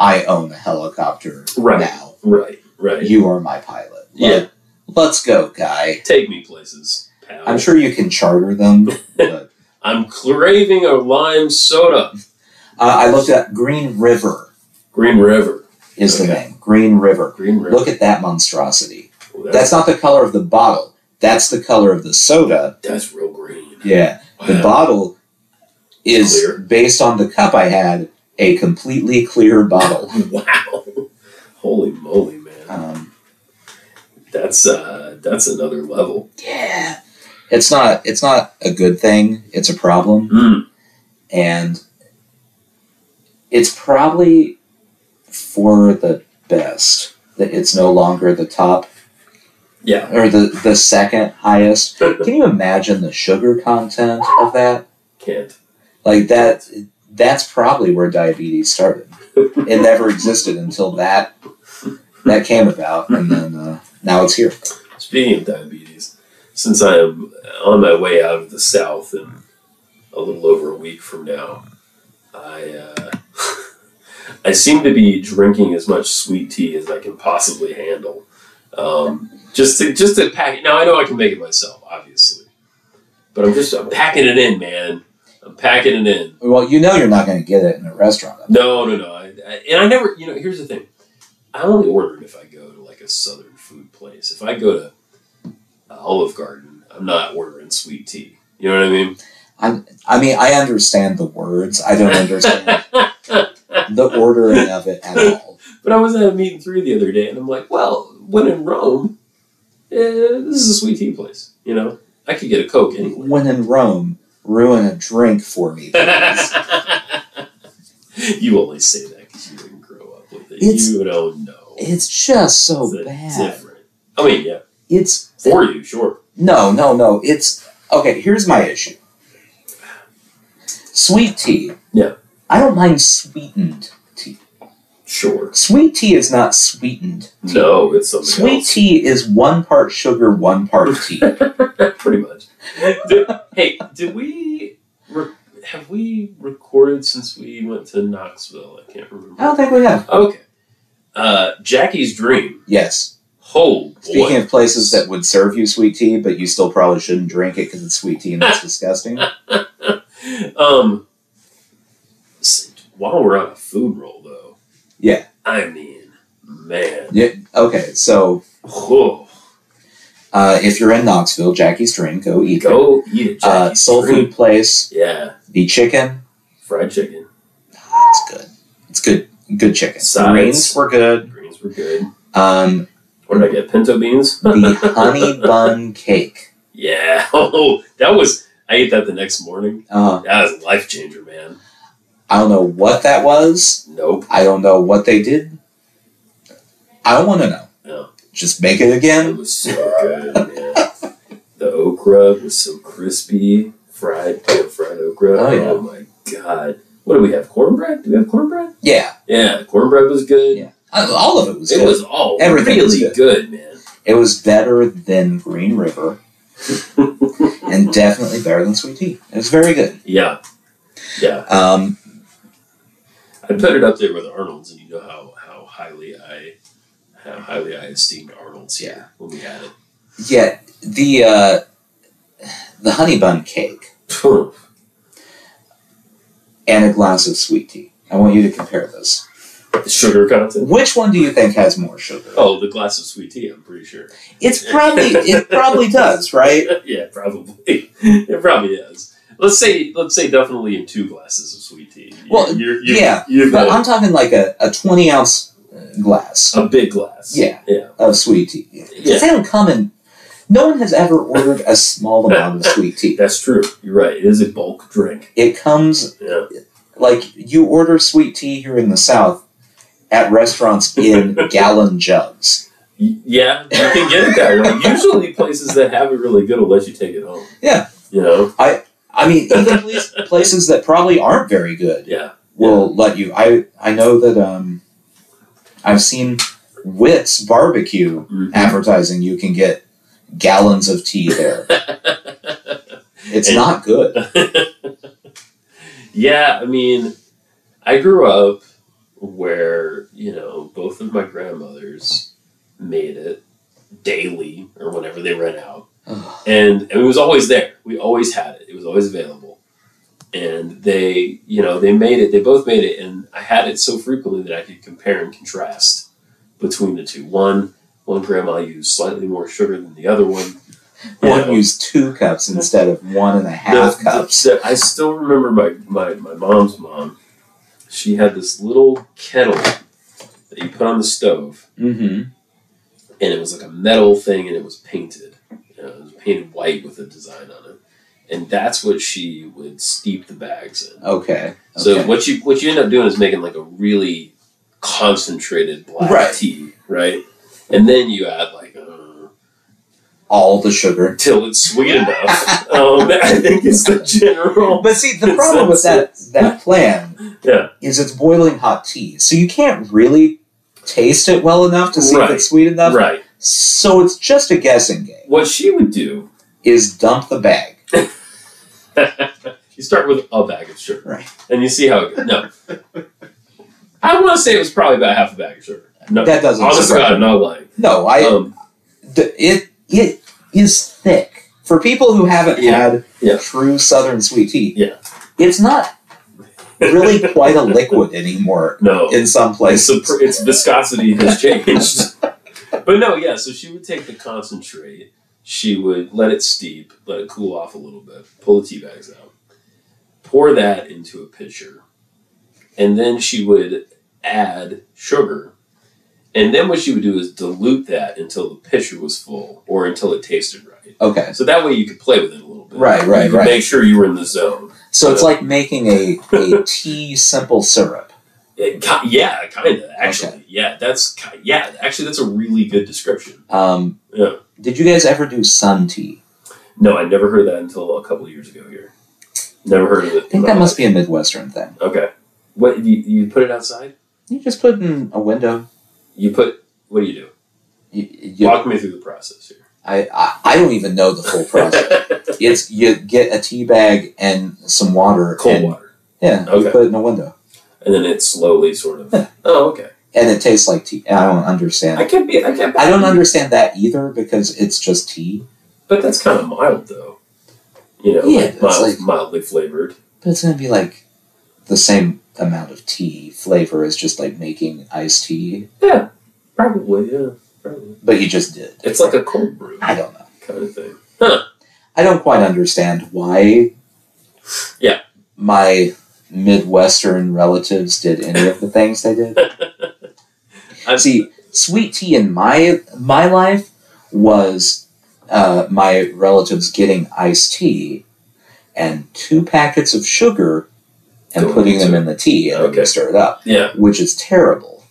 Speaker 2: I own a helicopter
Speaker 1: Right.
Speaker 2: now.
Speaker 1: right, right.
Speaker 2: You are my pilot. Like,
Speaker 1: Yeah.
Speaker 2: Let's go, guy.
Speaker 1: Take me places. Pal.
Speaker 2: uh, I'm sure you can charter them, but
Speaker 1: I'm craving a lime soda.
Speaker 2: Uh, I looked at Green River
Speaker 1: Green River.
Speaker 2: is the
Speaker 3: Okay.
Speaker 2: name. Green River.
Speaker 1: Green River.
Speaker 2: Look at that monstrosity.
Speaker 1: Oh, that's,
Speaker 2: That's not the color of the bottle. That's the color of the soda.
Speaker 1: that's real green.
Speaker 2: Yeah. The
Speaker 1: Wow.
Speaker 2: bottle is
Speaker 1: Clear.
Speaker 2: based on the cup I had, a completely clear bottle.
Speaker 1: Wow. Holy moly, man.
Speaker 2: Um,
Speaker 1: That's uh that's another level.
Speaker 2: yeah. It's not it's not a good thing. It's a problem.
Speaker 1: Mm.
Speaker 2: and it's probably for the best that it's no longer the top
Speaker 1: Yeah.
Speaker 2: or the, the second highest. Can you imagine the sugar content of that?
Speaker 1: Can't.
Speaker 2: Like that that's probably where diabetes started. It never existed until that that came about and then uh, now it's here.
Speaker 1: Speaking of diabetes, since I am on my way out of the South in a little over a week from now, I uh, I seem to be drinking as much sweet tea as I can possibly handle. Um, just to just to pack it. Now I know I can make it myself, obviously, but I'm just I'm packing it in, man. I'm packing it in.
Speaker 2: Well, you know you're not going to get it in a restaurant.
Speaker 1: No, no, no. I, I, and I never, you know, here's the thing. I only order it if I go to like a southern food place. If I go to uh, Olive Garden, I'm not ordering sweet tea. You know what I mean?
Speaker 2: I mean, I understand the words. I don't understand the ordering of it at all.
Speaker 1: But I was at a meat and three the other day, and I'm like, well, when in Rome, eh, this is a sweet tea place. You know, I could get a Coke anywhere.
Speaker 2: When in Rome, ruin a drink for me. please.
Speaker 1: you only say that because you didn't grow up with it.
Speaker 2: It's-
Speaker 1: you don't know.
Speaker 2: it's just so
Speaker 1: It's
Speaker 2: bad.
Speaker 1: different. I mean, yeah,
Speaker 2: It's
Speaker 1: for you, sure.
Speaker 2: no, no, no. It's okay. Here's my issue. Sweet tea.
Speaker 1: Yeah.
Speaker 2: I don't mind sweetened tea.
Speaker 1: Sure.
Speaker 2: Sweet tea is not sweetened.
Speaker 1: No, it's something
Speaker 2: Sweet
Speaker 1: else.
Speaker 2: tea is one part sugar, one part tea.
Speaker 1: Pretty much. Did- hey, did we re- have we recorded since we went to Knoxville? I can't remember.
Speaker 2: I don't think we have.
Speaker 1: Okay. Uh, Jackie's dream.
Speaker 2: Yes.
Speaker 1: Oh boy.
Speaker 2: Speaking of places that would serve you sweet tea, but you still probably shouldn't drink it because it's sweet tea and that's disgusting.
Speaker 1: um, s- while we're on a food roll, though.
Speaker 2: Yeah.
Speaker 1: I mean, man. Oh,
Speaker 2: Yeah. Okay. So
Speaker 1: Whoa.
Speaker 2: Uh, if you're in Knoxville, Jackie's Dream, go eat there.
Speaker 1: Go eat it,
Speaker 2: Uh,
Speaker 1: Jackie's
Speaker 2: soul
Speaker 1: dream.
Speaker 2: food place.
Speaker 1: Yeah,
Speaker 2: The chicken,
Speaker 1: fried chicken.
Speaker 2: it's good. It's good. Good chicken.
Speaker 1: Sides.
Speaker 2: Greens were good.
Speaker 1: Greens were good.
Speaker 2: Um,
Speaker 1: What did I get? Pinto beans.
Speaker 2: the honey bun cake.
Speaker 1: Yeah. Oh, that was. I ate that the next morning.
Speaker 2: Uh,
Speaker 1: That was a life changer, man.
Speaker 2: I don't know what that was.
Speaker 1: Nope.
Speaker 2: I don't know what they did. I don't want to know.
Speaker 1: No.
Speaker 2: Just make it
Speaker 1: It
Speaker 2: again.
Speaker 1: was so good, man. The okra was so crispy, fried, you know, fried okra.
Speaker 2: Oh, yeah.
Speaker 1: my god. What do we have? Cornbread? Do we have cornbread?
Speaker 2: Yeah.
Speaker 1: Yeah, cornbread was good.
Speaker 2: Yeah. Uh, All of it was
Speaker 1: It
Speaker 2: good.
Speaker 1: was all
Speaker 2: Everything was
Speaker 1: really good. man.
Speaker 2: it was better than Green River and definitely better than Sweet Tea. It was very good.
Speaker 1: Yeah, yeah.
Speaker 2: Um,
Speaker 1: I put it up there with Arnold's, and you know how how highly I how highly I esteemed Arnold's. here
Speaker 2: Yeah.
Speaker 1: when we had it.
Speaker 2: Yeah, the uh, the honey bun cake and a glass of sweet tea. I want you to compare those.
Speaker 1: the sugar content.
Speaker 2: Which one do you think has more sugar?
Speaker 1: Oh, the glass of sweet tea. I'm pretty sure.
Speaker 2: It's probably it probably does, right?
Speaker 1: yeah, probably. It probably is. Let's say let's say definitely in two glasses of sweet tea. You're-
Speaker 2: Well,
Speaker 1: you're, you're,
Speaker 2: yeah,
Speaker 1: you're
Speaker 2: But
Speaker 1: going
Speaker 2: I'm talking like a, a twenty ounce glass
Speaker 1: a big glass.
Speaker 2: Yeah.
Speaker 1: yeah,
Speaker 2: of sweet tea.
Speaker 1: Yeah.
Speaker 2: They don't come in. No one has ever ordered a small amount of sweet tea.
Speaker 1: that's true. You're right. It is a bulk drink.
Speaker 2: It comes
Speaker 1: Yeah,
Speaker 2: like you order sweet tea here in the South at restaurants in gallon jugs.
Speaker 1: Y- yeah, you can get it that way. Usually, places that have it really good will let you take it home.
Speaker 2: Yeah.
Speaker 1: you know,
Speaker 2: I mean, even place- places that probably aren't very good
Speaker 1: yeah,
Speaker 2: will let you. I I know that um, I've seen Wits Barbecue
Speaker 1: Mhm.
Speaker 2: advertising. You can get gallons of tea there. it's
Speaker 1: And-
Speaker 2: not good.
Speaker 1: yeah. I mean, I grew up where you know both of my grandmothers made it daily or whenever they ran out. and, and it was always there. We always had it. It was always available. and they you know they made it they both made it and i had it so frequently that i could compare and contrast between the two one one grandma used slightly more sugar than the other one
Speaker 2: One used two cups instead of one and a half cups.
Speaker 1: the- I still remember my, my, my mom's mom. She had this little kettle that you put on the stove,
Speaker 2: Mm-hmm.
Speaker 1: and it was like a metal thing, and it was painted. You know, it was painted white with a design on it, and that's what she would steep the bags in.
Speaker 2: Okay. okay.
Speaker 1: So what you what you end up doing is making like a really concentrated black
Speaker 2: Right.
Speaker 1: tea, right? And then you add like uh,
Speaker 2: all the sugar.
Speaker 1: till it's sweet enough. um, I think it's the general
Speaker 2: But see, the problem with that that plan
Speaker 1: Yeah.
Speaker 2: is it's boiling hot tea, so you can't really taste it well enough to see
Speaker 1: Right.
Speaker 2: if it's sweet enough.
Speaker 1: right.
Speaker 2: So it's just a guessing game.
Speaker 1: What she would do,
Speaker 2: Is dump the bag.
Speaker 1: you start with a bag of sugar,
Speaker 2: Right.
Speaker 1: And you see how it goes. No, I want to say it was probably about half a bag of sugar. No,
Speaker 2: That doesn't.
Speaker 1: honest to
Speaker 2: surprise
Speaker 1: God,
Speaker 2: me.
Speaker 1: I'm not lying.
Speaker 2: No, I
Speaker 1: um,
Speaker 2: th- it it is thick for people who haven't
Speaker 1: Yeah.
Speaker 2: had
Speaker 1: Yeah.
Speaker 2: true Southern sweet tea.
Speaker 1: Yeah.
Speaker 2: it's not really quite a liquid anymore
Speaker 1: no,
Speaker 2: in some
Speaker 1: it's,
Speaker 2: places.
Speaker 1: the- its viscosity has changed. but no, yeah. So she would take the concentrate. She would let it steep, let it cool off a little bit, pull the tea bags out, pour that into a pitcher, and then she would add sugar. And then what she would do is dilute that until the pitcher was full or until it tasted right.
Speaker 2: okay,
Speaker 1: So that way you could play with it a little bit.
Speaker 2: Right, right,
Speaker 1: You could
Speaker 2: right.
Speaker 1: Make sure you were in the zone.
Speaker 2: so it's like making a a tea simple syrup.
Speaker 1: It ki- yeah, kind of. Actually, yeah, that's ki- yeah. Actually, that's a really good description.
Speaker 2: Um,
Speaker 1: Yeah.
Speaker 2: Did you guys ever do sun tea?
Speaker 1: No, I never heard that until a couple years ago here. Never heard of it.
Speaker 2: I think that must be a Midwestern thing.
Speaker 1: okay. What you, you put it outside?
Speaker 2: You just put in a window.
Speaker 1: You put what do you do?
Speaker 2: You, you,
Speaker 1: Walk me through the process here.
Speaker 2: I, I I don't even know the full process. it's you get a tea bag and some water.
Speaker 1: Cold
Speaker 2: and-
Speaker 1: water,
Speaker 2: Yeah,
Speaker 1: Okay.
Speaker 2: you put it in a window,
Speaker 1: and then it slowly sort of. oh, okay.
Speaker 2: and it tastes like tea. I don't understand.
Speaker 1: I can't be. I can't.
Speaker 2: I don't understand that either because it's just tea.
Speaker 1: But that's kind of mild though. You know,
Speaker 2: Yeah,
Speaker 1: like
Speaker 2: it's
Speaker 1: mild,
Speaker 2: like-
Speaker 1: mildly flavored.
Speaker 2: But it's gonna be like the same amount of tea flavor as just like making iced tea,
Speaker 1: Probably, yeah. Probably.
Speaker 2: but you just did.
Speaker 1: It's like a cold brew
Speaker 2: I don't know.
Speaker 1: kind of thing.
Speaker 2: I don't quite understand why.
Speaker 1: Yeah.
Speaker 2: My Midwestern relatives did any of the things they did.
Speaker 1: I
Speaker 2: See, sweet tea in my my life was uh, my relatives getting iced tea and two packets of sugar and
Speaker 1: Going
Speaker 2: putting them
Speaker 1: into-
Speaker 2: in the tea and then
Speaker 1: Okay.
Speaker 2: you stir it up,
Speaker 1: Yeah,
Speaker 2: which is terrible.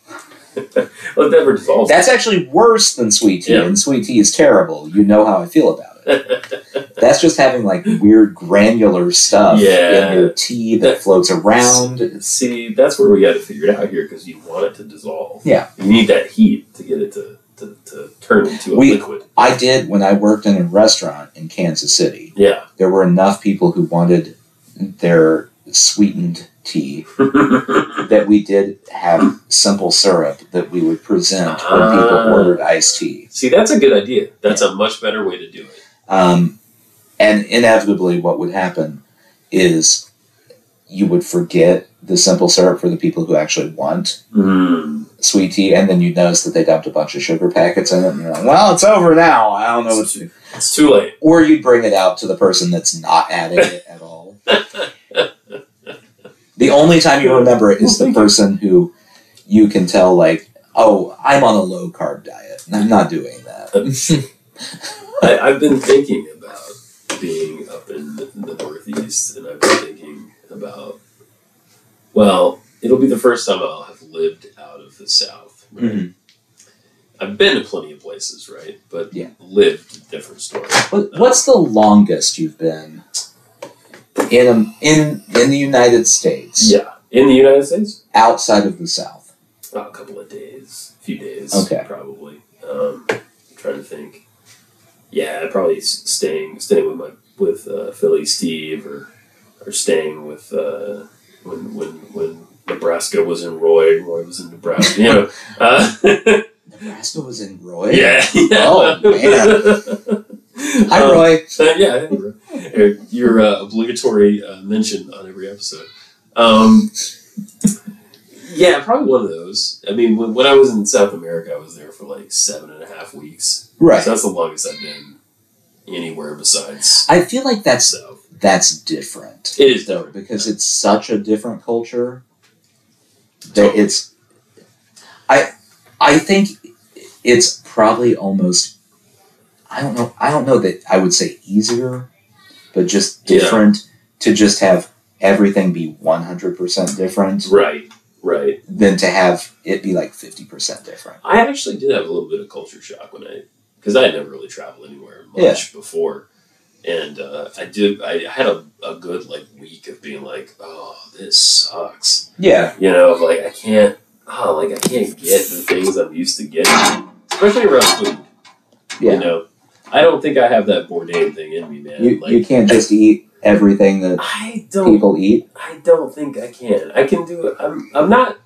Speaker 1: well, it never dissolves.
Speaker 2: That's actually worse than sweet tea,
Speaker 1: Yeah.
Speaker 2: and sweet tea is terrible. You know how I feel about it. That's just having like weird granular stuff
Speaker 1: Yeah.
Speaker 2: in your tea that floats around. It's-
Speaker 1: See, that's where we got to figure it out here because you want it to dissolve.
Speaker 2: Yeah.
Speaker 1: you need that heat to get it to, to, to turn into a
Speaker 2: We-
Speaker 1: liquid.
Speaker 2: I did when I worked in a restaurant in Kansas City.
Speaker 1: Yeah,
Speaker 2: there were enough people who wanted their sweetened tea that we did have simple syrup that we would present when people
Speaker 1: Ah.
Speaker 2: ordered iced tea.
Speaker 1: see, that's a good idea. That's a much better way to do it.
Speaker 2: Um, and inevitably, what would happen is you would forget the simple syrup for the people who actually want
Speaker 1: Mm.
Speaker 2: sweet tea, and then you'd notice that they dumped a bunch of sugar packets in it, and you're like, well, it's over now. I don't know what to do.
Speaker 1: It's too late.
Speaker 2: Or you'd bring it out to the person that's not adding it at all. the only time you remember it is the person who you can tell, like, oh, I'm on a low carb diet. and I'm not doing that.
Speaker 1: I, I've been thinking about being up in the, the Northeast, and I've been thinking about. Well, it'll be the first time I'll have lived out of the South. Right?
Speaker 2: Mhm.
Speaker 1: I've been to plenty of places, right? But
Speaker 2: Yeah.
Speaker 1: lived different story.
Speaker 2: What- What's the longest you've been in a, in in the United States
Speaker 1: Yeah, in the United States,
Speaker 2: outside of the South?
Speaker 1: oh, a couple of days, few days,
Speaker 2: Okay.
Speaker 1: probably. Um, I'm trying to think. Yeah, probably s- staying staying with my with uh, Philly Steve or or staying with uh, when when when Nebraska was in Roy, Roy was in Nebraska. You know, uh,
Speaker 2: Nebraska was in Roy.
Speaker 1: yeah, yeah.
Speaker 2: Oh, man. Hi,
Speaker 1: Um,
Speaker 2: Roy.
Speaker 1: yeah, I think we're- er, your uh, obligatory uh, mention on every episode. Um, yeah, probably one of those. I mean, when, when I was in South America, I was there for like seven and a half weeks.
Speaker 2: Right.
Speaker 1: So that's the longest I've been anywhere besides
Speaker 2: I feel like that's
Speaker 1: South.
Speaker 2: that's different
Speaker 1: It is
Speaker 2: though
Speaker 1: different
Speaker 2: because it's such a different culture that it's. I, I think it's probably almost. I don't know. I don't know that I would say easier, but just
Speaker 1: Yeah.
Speaker 2: different to just have everything be one hundred percent different
Speaker 1: right, right.
Speaker 2: than to have it be like fifty percent different.
Speaker 1: I actually did have a little bit of culture shock when I, because I had never really traveled anywhere much
Speaker 2: Yeah.
Speaker 1: before, and uh, I did. I had a, a good like week of being like, oh, this sucks.
Speaker 2: Yeah.
Speaker 1: You know, like I can't. Oh, like I can't get the things I'm used to getting, especially around food.
Speaker 2: Yeah.
Speaker 1: You know, I don't think I have that Bourdain thing in me, man.
Speaker 2: You,
Speaker 1: like
Speaker 2: you can't just eat everything that
Speaker 1: I don't.
Speaker 2: people eat.
Speaker 1: I don't think I can. I can do it. I'm. I'm not.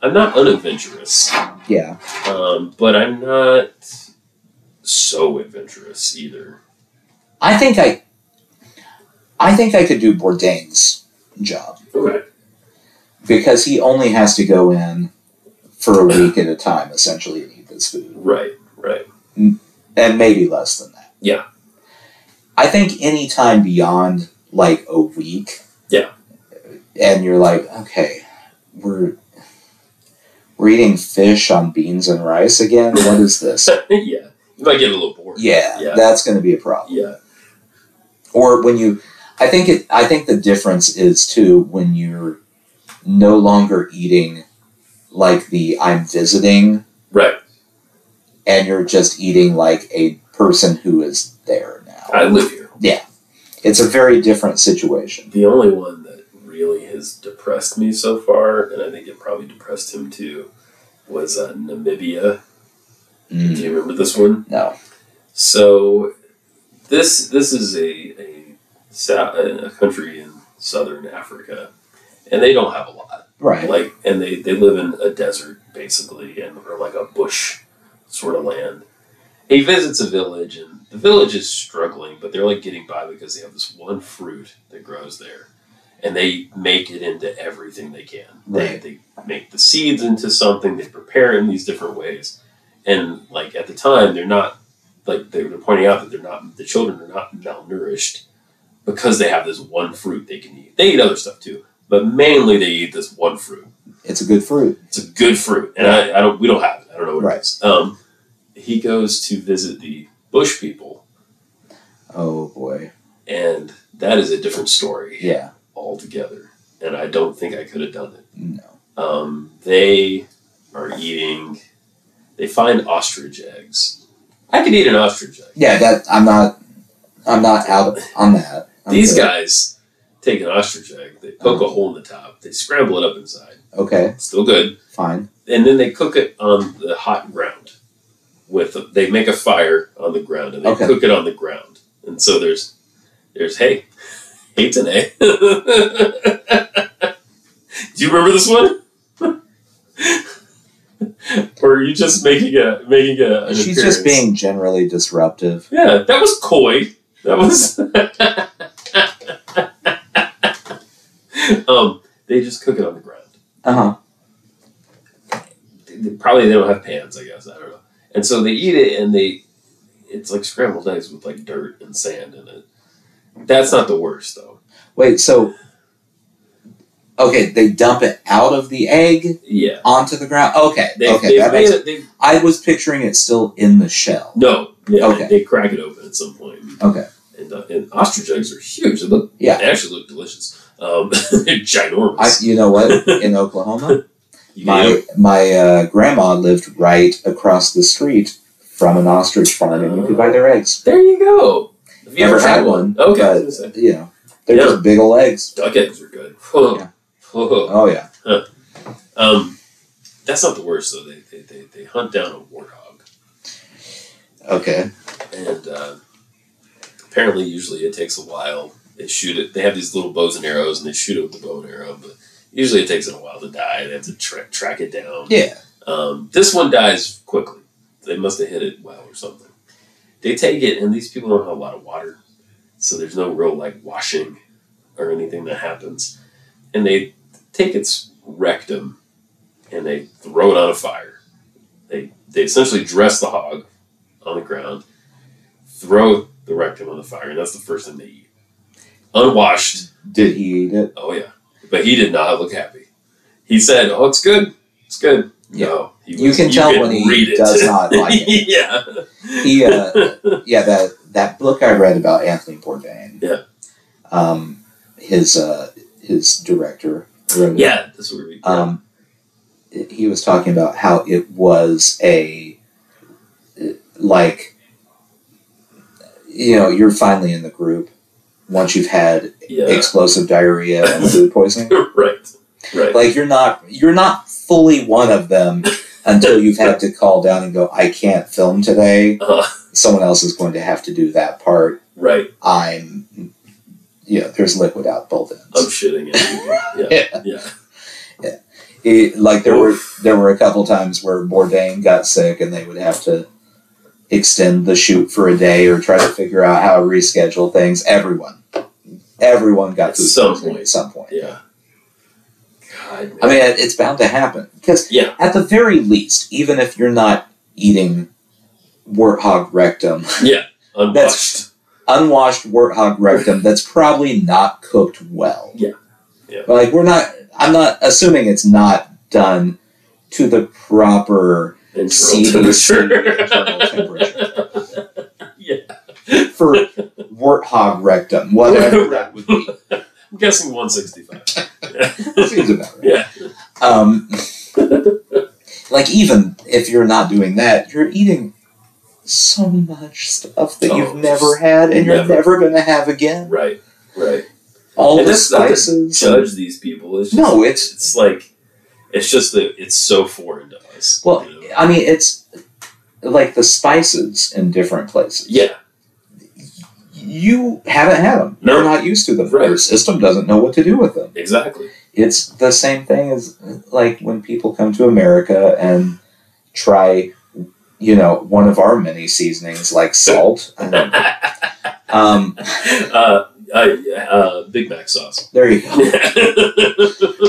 Speaker 1: I'm not unadventurous.
Speaker 2: Yeah.
Speaker 1: Um, but I'm not so adventurous either.
Speaker 2: I think I I think I could do Bourdain's job
Speaker 1: Okay.
Speaker 2: because he only has to go in for a week at a time essentially and eat this food.
Speaker 1: Right, right.
Speaker 2: And maybe less than that.
Speaker 1: Yeah.
Speaker 2: I think any time beyond like a week.
Speaker 1: Yeah.
Speaker 2: And you're like, okay, we're we're eating fish on beans and rice again. What is this?
Speaker 1: yeah. You might get a little bored.
Speaker 2: yeah,
Speaker 1: Yeah.
Speaker 2: that's going to be a problem.
Speaker 1: Yeah.
Speaker 2: or when you i think it i think the difference is too when you're no longer eating like the i'm visiting
Speaker 1: Right.
Speaker 2: and you're just eating like a person who is there now
Speaker 1: I live here.
Speaker 2: it's a very different situation
Speaker 1: The only one that really has depressed me so far, and I think it probably depressed him too, was uh, Namibia. Do
Speaker 2: Mm,
Speaker 1: you remember this one?
Speaker 2: no
Speaker 1: So this this is a a, sou- a country in southern Africa, and they don't have a lot.
Speaker 2: right
Speaker 1: like and they they live in a desert basically and or like a bush sort of land he visits a village and the village is struggling but they're like getting by because they have this one fruit that grows there and they make it into everything they can
Speaker 2: Right.
Speaker 1: they, they make the seeds into something they prepare it in these different ways and like at the time they're not like they were pointing out that they're not the children are not malnourished because they have this one fruit they can eat they eat other stuff too but mainly they eat this one fruit.
Speaker 2: it's a good fruit
Speaker 1: It's a good fruit, and I, I don't. We don't have it. I don't know what
Speaker 2: Right.
Speaker 1: it is. Um, he goes to visit the bush people,
Speaker 2: oh boy
Speaker 1: and that is a different story
Speaker 2: yeah
Speaker 1: altogether. And I don't think I could have done it.
Speaker 2: no
Speaker 1: Um, they are eating. They find ostrich eggs. I could eat an ostrich egg.
Speaker 2: yeah that i'm not i'm not out on that I'm
Speaker 1: These
Speaker 2: good. Mm.
Speaker 1: guys take an ostrich egg. They poke a hole in the top. They scramble it up inside.
Speaker 2: okay
Speaker 1: Still good.
Speaker 2: fine
Speaker 1: and then they cook it on the hot ground with they make a fire on the ground and they
Speaker 2: Okay.
Speaker 1: cook it on the ground and so there's there's hey hey today do you remember this one or are you just making a making a an
Speaker 2: she's
Speaker 1: appearance?
Speaker 2: just being generally disruptive
Speaker 1: yeah that was coy that was um they just cook it on the ground
Speaker 2: uh-huh
Speaker 1: they- they- probably they don't have pans, I guess. I don't know. And so they eat it, and they it's like scrambled eggs with like dirt and sand in it. That's not the worst though.
Speaker 2: wait so okay they dump it out of the egg
Speaker 1: Yeah,
Speaker 2: onto the ground. Okay,
Speaker 1: they
Speaker 2: okay,
Speaker 1: they
Speaker 2: that
Speaker 1: made
Speaker 2: makes.
Speaker 1: it. They,
Speaker 2: I was picturing it still in the shell.
Speaker 1: no, yeah,
Speaker 2: Okay.
Speaker 1: they, they crack it open at some point.
Speaker 2: Okay.
Speaker 1: And, uh, and ostrich eggs are huge. They look
Speaker 2: Yeah.
Speaker 1: they actually look delicious. Um, they're ginormous.
Speaker 2: I, you know what? In Oklahoma,
Speaker 1: you can eat
Speaker 2: my my uh, grandma lived right across the street from an ostrich farm, and you could buy their eggs.
Speaker 1: them. there you go. Have you
Speaker 2: Never
Speaker 1: ever
Speaker 2: had one,
Speaker 1: Okay, I was
Speaker 2: but-
Speaker 1: gonna say,
Speaker 2: You know, they're
Speaker 1: Yeah.
Speaker 2: just big ol' eggs.
Speaker 1: duck eggs are good.
Speaker 2: Yeah. Oh yeah,
Speaker 1: Um, that's not the worst though. They they, they, they hunt down a warthog.
Speaker 2: okay,
Speaker 1: and uh, apparently usually it takes a while they shoot it they have these little bows and arrows and they shoot it with the bow and arrow but usually it takes it a while to die they have to tra- track it down
Speaker 2: yeah,
Speaker 1: um, this one dies quickly they must have hit it well or something they take it and these people don't have a lot of water so there's no real like washing or anything that happens. And they take its rectum and they throw it on a fire. They they essentially dress the hog on the ground, throw the rectum on the fire, and that's the first thing they eat. Unwashed,
Speaker 2: Did he eat it?
Speaker 1: Oh yeah, but he did not look happy. He said, "Oh, it's good. It's good."
Speaker 2: Yeah.
Speaker 1: No, he
Speaker 2: You can tell when he does not like it.
Speaker 1: yeah,
Speaker 2: He, uh, yeah, that that book I read about Anthony Bourdain.
Speaker 1: Yeah.
Speaker 2: Um, his uh, his director wrote it.
Speaker 1: yeah. That's what we. yeah.
Speaker 2: Um, it- he was talking about how it was a it- like you know you're finally in the group once you've had
Speaker 1: yeah,
Speaker 2: explosive diarrhea and food poisoning.
Speaker 1: right, right.
Speaker 2: Like you're not you're not fully one of them until you've had to call down and go, I can't film today.
Speaker 1: Uh,
Speaker 2: Someone else is going to have to do that part.
Speaker 1: right.
Speaker 2: I'm yeah, there's liquid out both
Speaker 1: I'm
Speaker 2: ends.
Speaker 1: shitting it. Yeah, yeah.
Speaker 2: It- like there were there were a couple times where Bourdain got sick and they would have to extend the shoot for a day or try to figure out how to reschedule things. Everyone. Everyone got
Speaker 1: At
Speaker 2: food
Speaker 1: some
Speaker 2: poisoning
Speaker 1: point.
Speaker 2: at some point.
Speaker 1: yeah. God, man.
Speaker 2: I mean, it- it's bound to happen because
Speaker 1: Yeah.
Speaker 2: at the very least, even if you're not eating warthog rectum,
Speaker 1: unwashed.
Speaker 2: unwashed warthog rectum, that's probably not cooked well.
Speaker 1: Yeah. Yeah.
Speaker 2: Like we're not. I'm not assuming it's not done to the proper
Speaker 1: And
Speaker 2: CDC
Speaker 1: temperature.
Speaker 2: internal temperature
Speaker 1: yeah.
Speaker 2: for warthog rectum, whatever that would be.
Speaker 1: I'm guessing 165.
Speaker 2: Seems about right.
Speaker 1: Yeah.
Speaker 2: Um, like even if you're not doing that, you're eating so much stuff that
Speaker 1: Oh,
Speaker 2: you've never had and you're
Speaker 1: never.
Speaker 2: never going to have again.
Speaker 1: Right. Right.
Speaker 2: All
Speaker 1: And
Speaker 2: the
Speaker 1: that's not to
Speaker 2: spices.
Speaker 1: Judge these people. It's just,
Speaker 2: No, it's
Speaker 1: it's like it's just that it's so foreign to us.
Speaker 2: well.
Speaker 1: you know?
Speaker 2: I mean, it's like the spices in different places.
Speaker 1: yeah,
Speaker 2: You haven't had them.
Speaker 1: No.
Speaker 2: You're not used to them.
Speaker 1: Right.
Speaker 2: Your system doesn't know what to do with them.
Speaker 1: exactly.
Speaker 2: it's the same thing as like when people come to America and try, you know, one of our many seasonings like salt. I don't know. um,
Speaker 1: Uh, uh, uh, Big Mac sauce.
Speaker 2: there you go.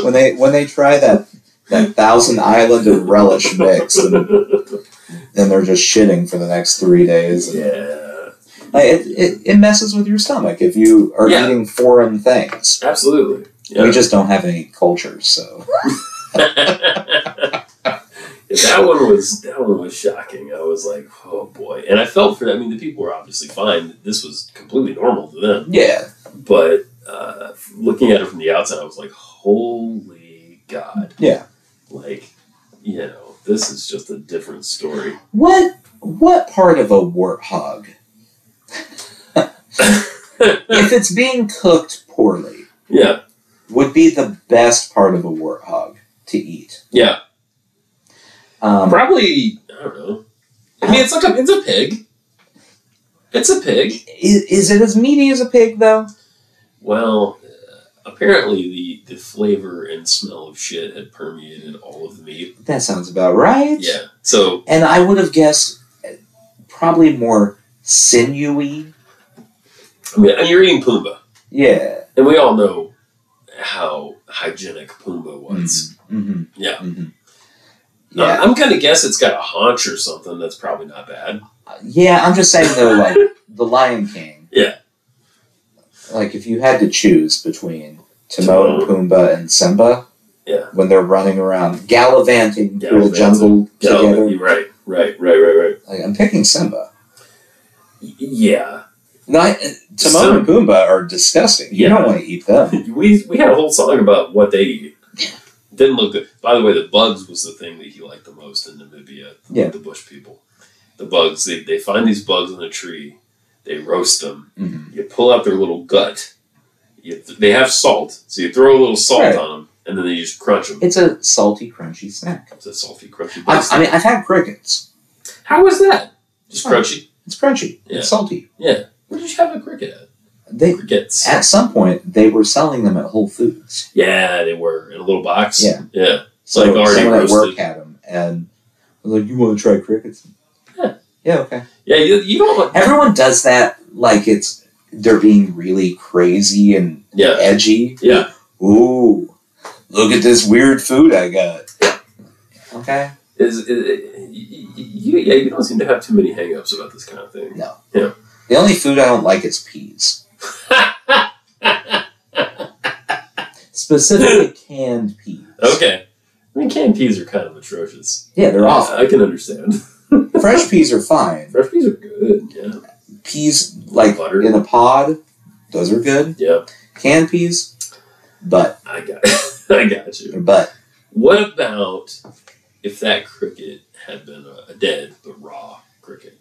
Speaker 2: When they when they try that that Thousand Island and relish mix, and then they're just shitting for the next three days. And,
Speaker 1: yeah,
Speaker 2: like, it, it it messes with your stomach if you are
Speaker 1: Yeah.
Speaker 2: eating foreign things.
Speaker 1: absolutely. Yeah.
Speaker 2: We just don't have any culture, so
Speaker 1: that one was that one was shocking. I was like, oh boy, and I felt for. I mean, the people were obviously fine. This was completely normal to them,
Speaker 2: yeah,
Speaker 1: but uh, looking at it from the outside, I was like, holy god,
Speaker 2: yeah.
Speaker 1: like you know, this is just a different story.
Speaker 2: What what part of a warthog? if it's being cooked poorly,
Speaker 1: Yeah,
Speaker 2: would be the best part of a warthog to eat.
Speaker 1: yeah.
Speaker 2: Um,
Speaker 1: Probably, I don't know. I mean, it's like a, it's a pig. It's a pig.
Speaker 2: is, is it as meaty as a pig though?
Speaker 1: Well, uh, apparently the the flavor and smell of shit had permeated all of the meat.
Speaker 2: That sounds about right.
Speaker 1: Yeah. So
Speaker 2: And I would have guessed uh, probably more sinewy.
Speaker 1: I mean, and you're eating Pumbaa,
Speaker 2: Yeah.
Speaker 1: and we all know how hygienic Pumbaa was.
Speaker 2: Mm-hmm.
Speaker 1: Yeah.
Speaker 2: Mhm.
Speaker 1: Uh,
Speaker 2: Yeah.
Speaker 1: I'm gonna guess it's got a haunch or something. That's probably not bad.
Speaker 2: Yeah, I'm just saying though, like the Lion King.
Speaker 1: Yeah.
Speaker 2: Like if you had to choose between Timon, Pumbaa, and Simba,
Speaker 1: Yeah.
Speaker 2: when they're running around gallivanting through the
Speaker 1: Gallivanting.
Speaker 2: jungle
Speaker 1: Yeah,
Speaker 2: together,
Speaker 1: you're right. Right. Right. Right. Right.
Speaker 2: like, I'm picking Simba.
Speaker 1: Y- Yeah.
Speaker 2: No, I- Timon
Speaker 1: Sim-
Speaker 2: and Pumbaa are disgusting. You
Speaker 1: Yeah.
Speaker 2: don't want to eat them.
Speaker 1: we we had a whole song about what they eat. Didn't look good. By the way, the bugs was the thing that he liked the most in Namibia.
Speaker 2: Yeah.
Speaker 1: The bush people. The bugs. They, they find these bugs on a tree. They roast them.
Speaker 2: Mhm.
Speaker 1: You pull out their little gut. You, they have salt, so you throw a little salt
Speaker 2: Right.
Speaker 1: on them, and then they just crunch them.
Speaker 2: It's a salty, crunchy snack.
Speaker 1: It's a salty, crunchy.
Speaker 2: I,
Speaker 1: base.
Speaker 2: I mean, I've had crickets.
Speaker 1: How was that? Just
Speaker 2: Oh.
Speaker 1: crunchy.
Speaker 2: It's crunchy.
Speaker 1: Yeah.
Speaker 2: It's salty.
Speaker 1: Where did you have a cricket at?
Speaker 2: They
Speaker 1: Crickets.
Speaker 2: at some point they were selling them at Whole Foods.
Speaker 1: Yeah, they were in a little box.
Speaker 2: Yeah.
Speaker 1: Yeah. It's
Speaker 2: So
Speaker 1: like already
Speaker 2: someone at work
Speaker 1: roasted.
Speaker 2: had them, and I was like, "You want to try crickets?"
Speaker 1: Yeah.
Speaker 2: Yeah. Okay.
Speaker 1: Yeah, you, you don't.
Speaker 2: Everyone does that like it's they're being really crazy and
Speaker 1: Yeah.
Speaker 2: edgy.
Speaker 1: Yeah.
Speaker 2: Ooh, look at this weird food I got. Okay.
Speaker 1: Is, is, y- y- you, yeah, you don't seem to have too many hangups about this kind of thing.
Speaker 2: The only food I don't like is peas. Specifically canned peas.
Speaker 1: Okay. I mean, canned peas are kind of atrocious.
Speaker 2: Yeah, they're awful.
Speaker 1: I can understand.
Speaker 2: Fresh peas are fine.
Speaker 1: Fresh peas are good. Yeah.
Speaker 2: Peas like
Speaker 1: Butter.
Speaker 2: in a pod, those are good.
Speaker 1: Yeah.
Speaker 2: Canned peas, but
Speaker 1: I got. I got you.
Speaker 2: but
Speaker 1: What about if that cricket had been a, a dead but raw cricket?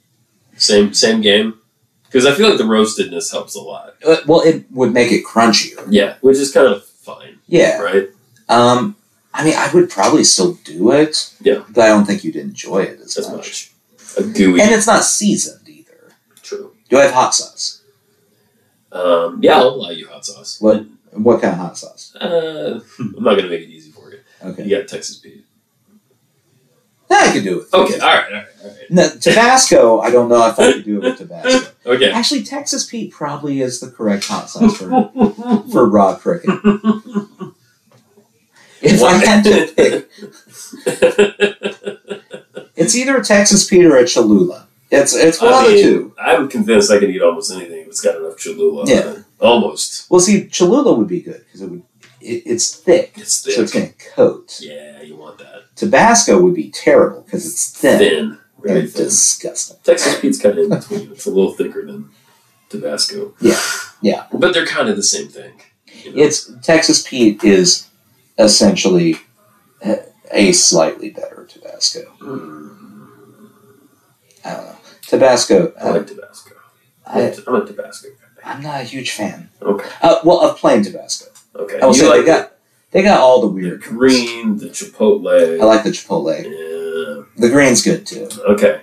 Speaker 1: Same same game. Because I feel like the roastedness helps a lot.
Speaker 2: uh, well, it would make it crunchier.
Speaker 1: Yeah, which is kind of fine,
Speaker 2: Yeah.
Speaker 1: right?
Speaker 2: Um, I mean, I would probably still do it.
Speaker 1: Yeah.
Speaker 2: But I don't think you'd enjoy it as,
Speaker 1: As
Speaker 2: much.
Speaker 1: much a gooey
Speaker 2: And it's not seasoned either.
Speaker 1: true.
Speaker 2: Do I have hot sauce?
Speaker 1: Um, yeah, I'll allow you hot sauce.
Speaker 2: What? What kind of hot sauce?
Speaker 1: Uh, I'm not gonna make it easy for you.
Speaker 2: Okay.
Speaker 1: You got Texas beef.
Speaker 2: Yeah, I could do it.
Speaker 1: Okay, all right, all right, all right.
Speaker 2: No, Tabasco. I don't know if I could do it with Tabasco.
Speaker 1: Okay,
Speaker 2: Actually, Texas Pete probably is the correct hot sauce for for raw cricket. If I had to pick,
Speaker 1: Uh,
Speaker 2: it's either a Texas Pete or a Cholula. It's it's one
Speaker 1: I
Speaker 2: of the
Speaker 1: mean,
Speaker 2: two.
Speaker 1: I'm convinced I can eat almost anything if it's got enough Cholula. on
Speaker 2: Yeah.
Speaker 1: it. almost.
Speaker 2: Well, see, Cholula would be good because it would it, it's thick,
Speaker 1: It's
Speaker 2: so it's
Speaker 1: thick.
Speaker 2: going to coat.
Speaker 1: Yeah, you want that
Speaker 2: Tabasco would be terrible because it's thin,
Speaker 1: thin, very
Speaker 2: and
Speaker 1: thin.
Speaker 2: disgusting.
Speaker 1: Texas Pete's kind of in between. It's a little thicker than Tabasco.
Speaker 2: Yeah, yeah.
Speaker 1: But they're kind of the same thing. you know?
Speaker 2: It's Texas Pete is essentially a- a slightly better Tabasco.
Speaker 1: Mm,
Speaker 2: I don't know. Tabasco.
Speaker 1: I
Speaker 2: uh,
Speaker 1: like Tabasco. I'm
Speaker 2: I,
Speaker 1: a- I'm a Tabasco guy.
Speaker 2: I'm not a huge fan.
Speaker 1: Okay,
Speaker 2: Uh, well, of plain Tabasco.
Speaker 1: okay.
Speaker 2: I will
Speaker 1: you
Speaker 2: say
Speaker 1: like
Speaker 2: they got they got all the
Speaker 1: the
Speaker 2: weird. kinds.
Speaker 1: green, the chipotle.
Speaker 2: I like the chipotle.
Speaker 1: yeah.
Speaker 2: The green's good too.
Speaker 1: Okay.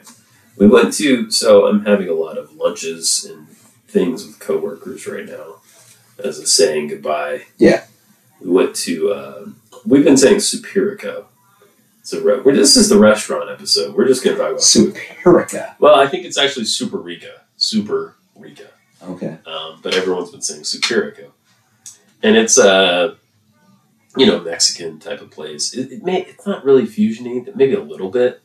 Speaker 1: We went to, so I'm having a lot of lunches and things with coworkers right now as a saying goodbye.
Speaker 2: Yeah.
Speaker 1: We went to, uh, we've been saying Superico. So re- we're, this is the restaurant episode. We're just going to talk about food.
Speaker 2: Superica.
Speaker 1: Well, I think it's actually Superica. Superica.
Speaker 2: Okay.
Speaker 1: Um, but everyone's been saying Superico. And it's a, you know, Mexican type of place. It, it may, it's not really fusiony, maybe a little bit.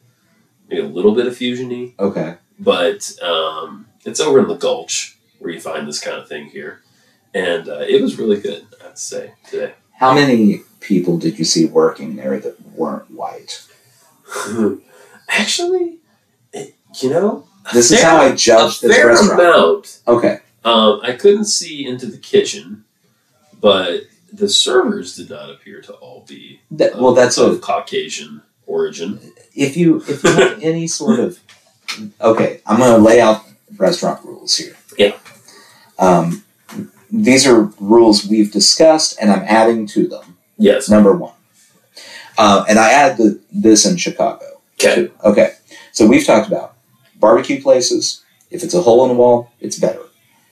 Speaker 1: Maybe a little bit of fusiony
Speaker 2: Okay.
Speaker 1: but um, it's over in the Gulch where you find this kind of thing here, and uh, it was really good. I'd say today.
Speaker 2: How many people did you see working there that weren't white?
Speaker 1: Actually, it, you know, a
Speaker 2: This is
Speaker 1: fair-
Speaker 2: how I
Speaker 1: a
Speaker 2: judge this
Speaker 1: fair
Speaker 2: restaurant.
Speaker 1: amount.
Speaker 2: Okay.
Speaker 1: Um, I couldn't see into the kitchen, but the servers did not appear to all be
Speaker 2: That-
Speaker 1: of-
Speaker 2: well, that's
Speaker 1: of
Speaker 2: a,
Speaker 1: Caucasian origin.
Speaker 2: if you if you have any sort of okay. I'm going to lay out restaurant rules here.
Speaker 1: Yeah.
Speaker 2: Um, these are rules we've discussed, and I'm adding to them.
Speaker 1: Yes.
Speaker 2: number one. Uh, and I add the, this in Chicago.
Speaker 1: Okay.
Speaker 2: Okay. So we've talked about barbecue places. If it's a hole in the wall, it's better.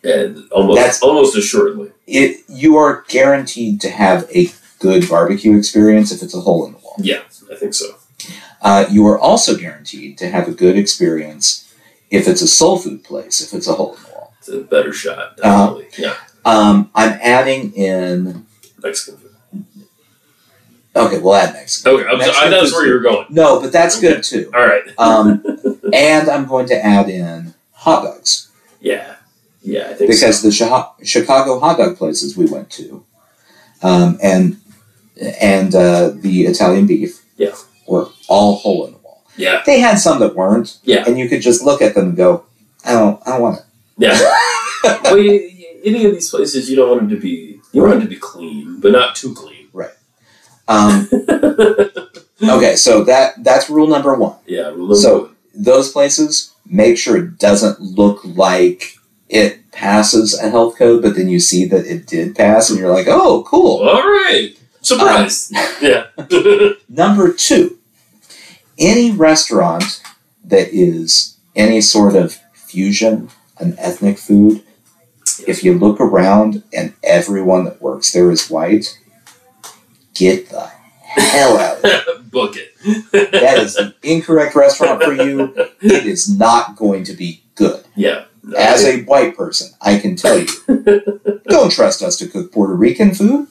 Speaker 1: And almost
Speaker 2: That's-
Speaker 1: almost assuredly.
Speaker 2: It you are guaranteed to have a good barbecue experience if it's a hole in the wall.
Speaker 1: Yeah, I think so.
Speaker 2: Uh, you are also guaranteed to have a good experience if it's a soul food place. If it's a hole in the wall,
Speaker 1: It's a better shot.
Speaker 2: Uh-huh.
Speaker 1: Definitely. Yeah.
Speaker 2: um, I'm adding in.
Speaker 1: Mexican food.
Speaker 2: Okay, we'll add Mexico.
Speaker 1: Okay. I'm, so- I thought
Speaker 2: Mexican
Speaker 1: that's
Speaker 2: food's
Speaker 1: where you were going.
Speaker 2: No, but that's good too.
Speaker 1: All right.
Speaker 2: Um, and I'm going to add in hot dogs.
Speaker 1: Yeah. Yeah, I think
Speaker 2: because
Speaker 1: so.
Speaker 2: the Chiha- Chicago hot dog places we went to, um, and and uh, the Italian beef,
Speaker 1: Yeah.
Speaker 2: were all hole in the wall.
Speaker 1: Yeah.
Speaker 2: They had some that weren't,
Speaker 1: Yeah.
Speaker 2: and you could just look at them and go, I don't, I don't want it.
Speaker 1: Yeah. well, you, you- any of these places, you don't want them to be, you want them to be clean, but not too clean.
Speaker 2: Um, okay, so that that's rule number one.
Speaker 1: Yeah. remember-
Speaker 2: So- Those places make sure it doesn't look like it passes a health code, but then you see that it did pass, and you're like, oh, cool.
Speaker 1: all right. Surprise.
Speaker 2: Um,
Speaker 1: yeah.
Speaker 2: Number two, any restaurant that is any sort of fusion, an ethnic food, if you look around and everyone that works there is white, get the hell out of there.
Speaker 1: Book it.
Speaker 2: That is the incorrect restaurant for you. It is not going to be good.
Speaker 1: Yeah.
Speaker 2: As a white person, I can tell you don't trust us to cook Puerto Rican food.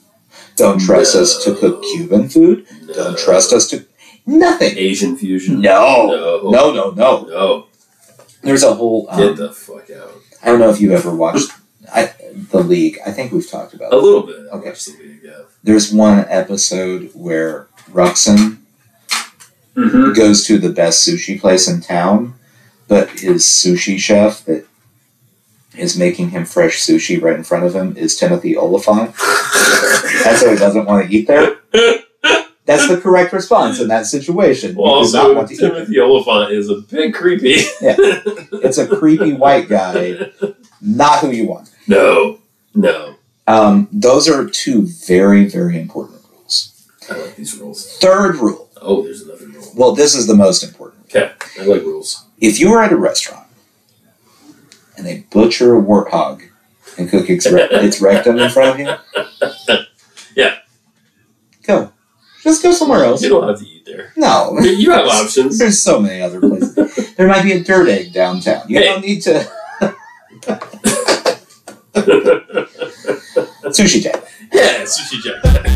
Speaker 2: Don't trust us to cook Cuban food. Don't trust us to. Nothing.
Speaker 1: Asian fusion.
Speaker 2: No.
Speaker 1: No.
Speaker 2: No, no, no.
Speaker 1: No.
Speaker 2: There's a whole.
Speaker 1: Get
Speaker 2: Um,
Speaker 1: the fuck out.
Speaker 2: I don't know if you ever watched I, The League. I think we've talked about
Speaker 1: A
Speaker 2: it.
Speaker 1: little bit. I
Speaker 2: Okay.
Speaker 1: watched the league, yeah.
Speaker 2: There's one episode where Ruxin
Speaker 1: Mm-hmm.
Speaker 2: goes to the best sushi place in town, but his sushi chef that is making him fresh sushi right in front of him is Timothy Oliphant. That's why he doesn't want to eat there. That's the correct response in that situation. He does not
Speaker 1: Also,
Speaker 2: want to eat there.
Speaker 1: Timothy Oliphant is a bit creepy.
Speaker 2: It's a creepy white guy, not who you want.
Speaker 1: No. No.
Speaker 2: Um, those are two very, very important rules.
Speaker 1: I like these rules.
Speaker 2: Third rule.
Speaker 1: Oh, there's another rule.
Speaker 2: Well, this is the most important.
Speaker 1: Okay. I like rules.
Speaker 2: If you are at a restaurant and they butcher a warthog and cook its, re- its rectum in front of you,
Speaker 1: Yeah.
Speaker 2: go. Just go somewhere else.
Speaker 1: You don't have to eat there.
Speaker 2: No.
Speaker 1: You have options.
Speaker 2: There's so many other places. there might be a dirt egg downtown. You
Speaker 1: Hey.
Speaker 2: don't need to. Sushi Jack.
Speaker 1: Yeah, sushi jack.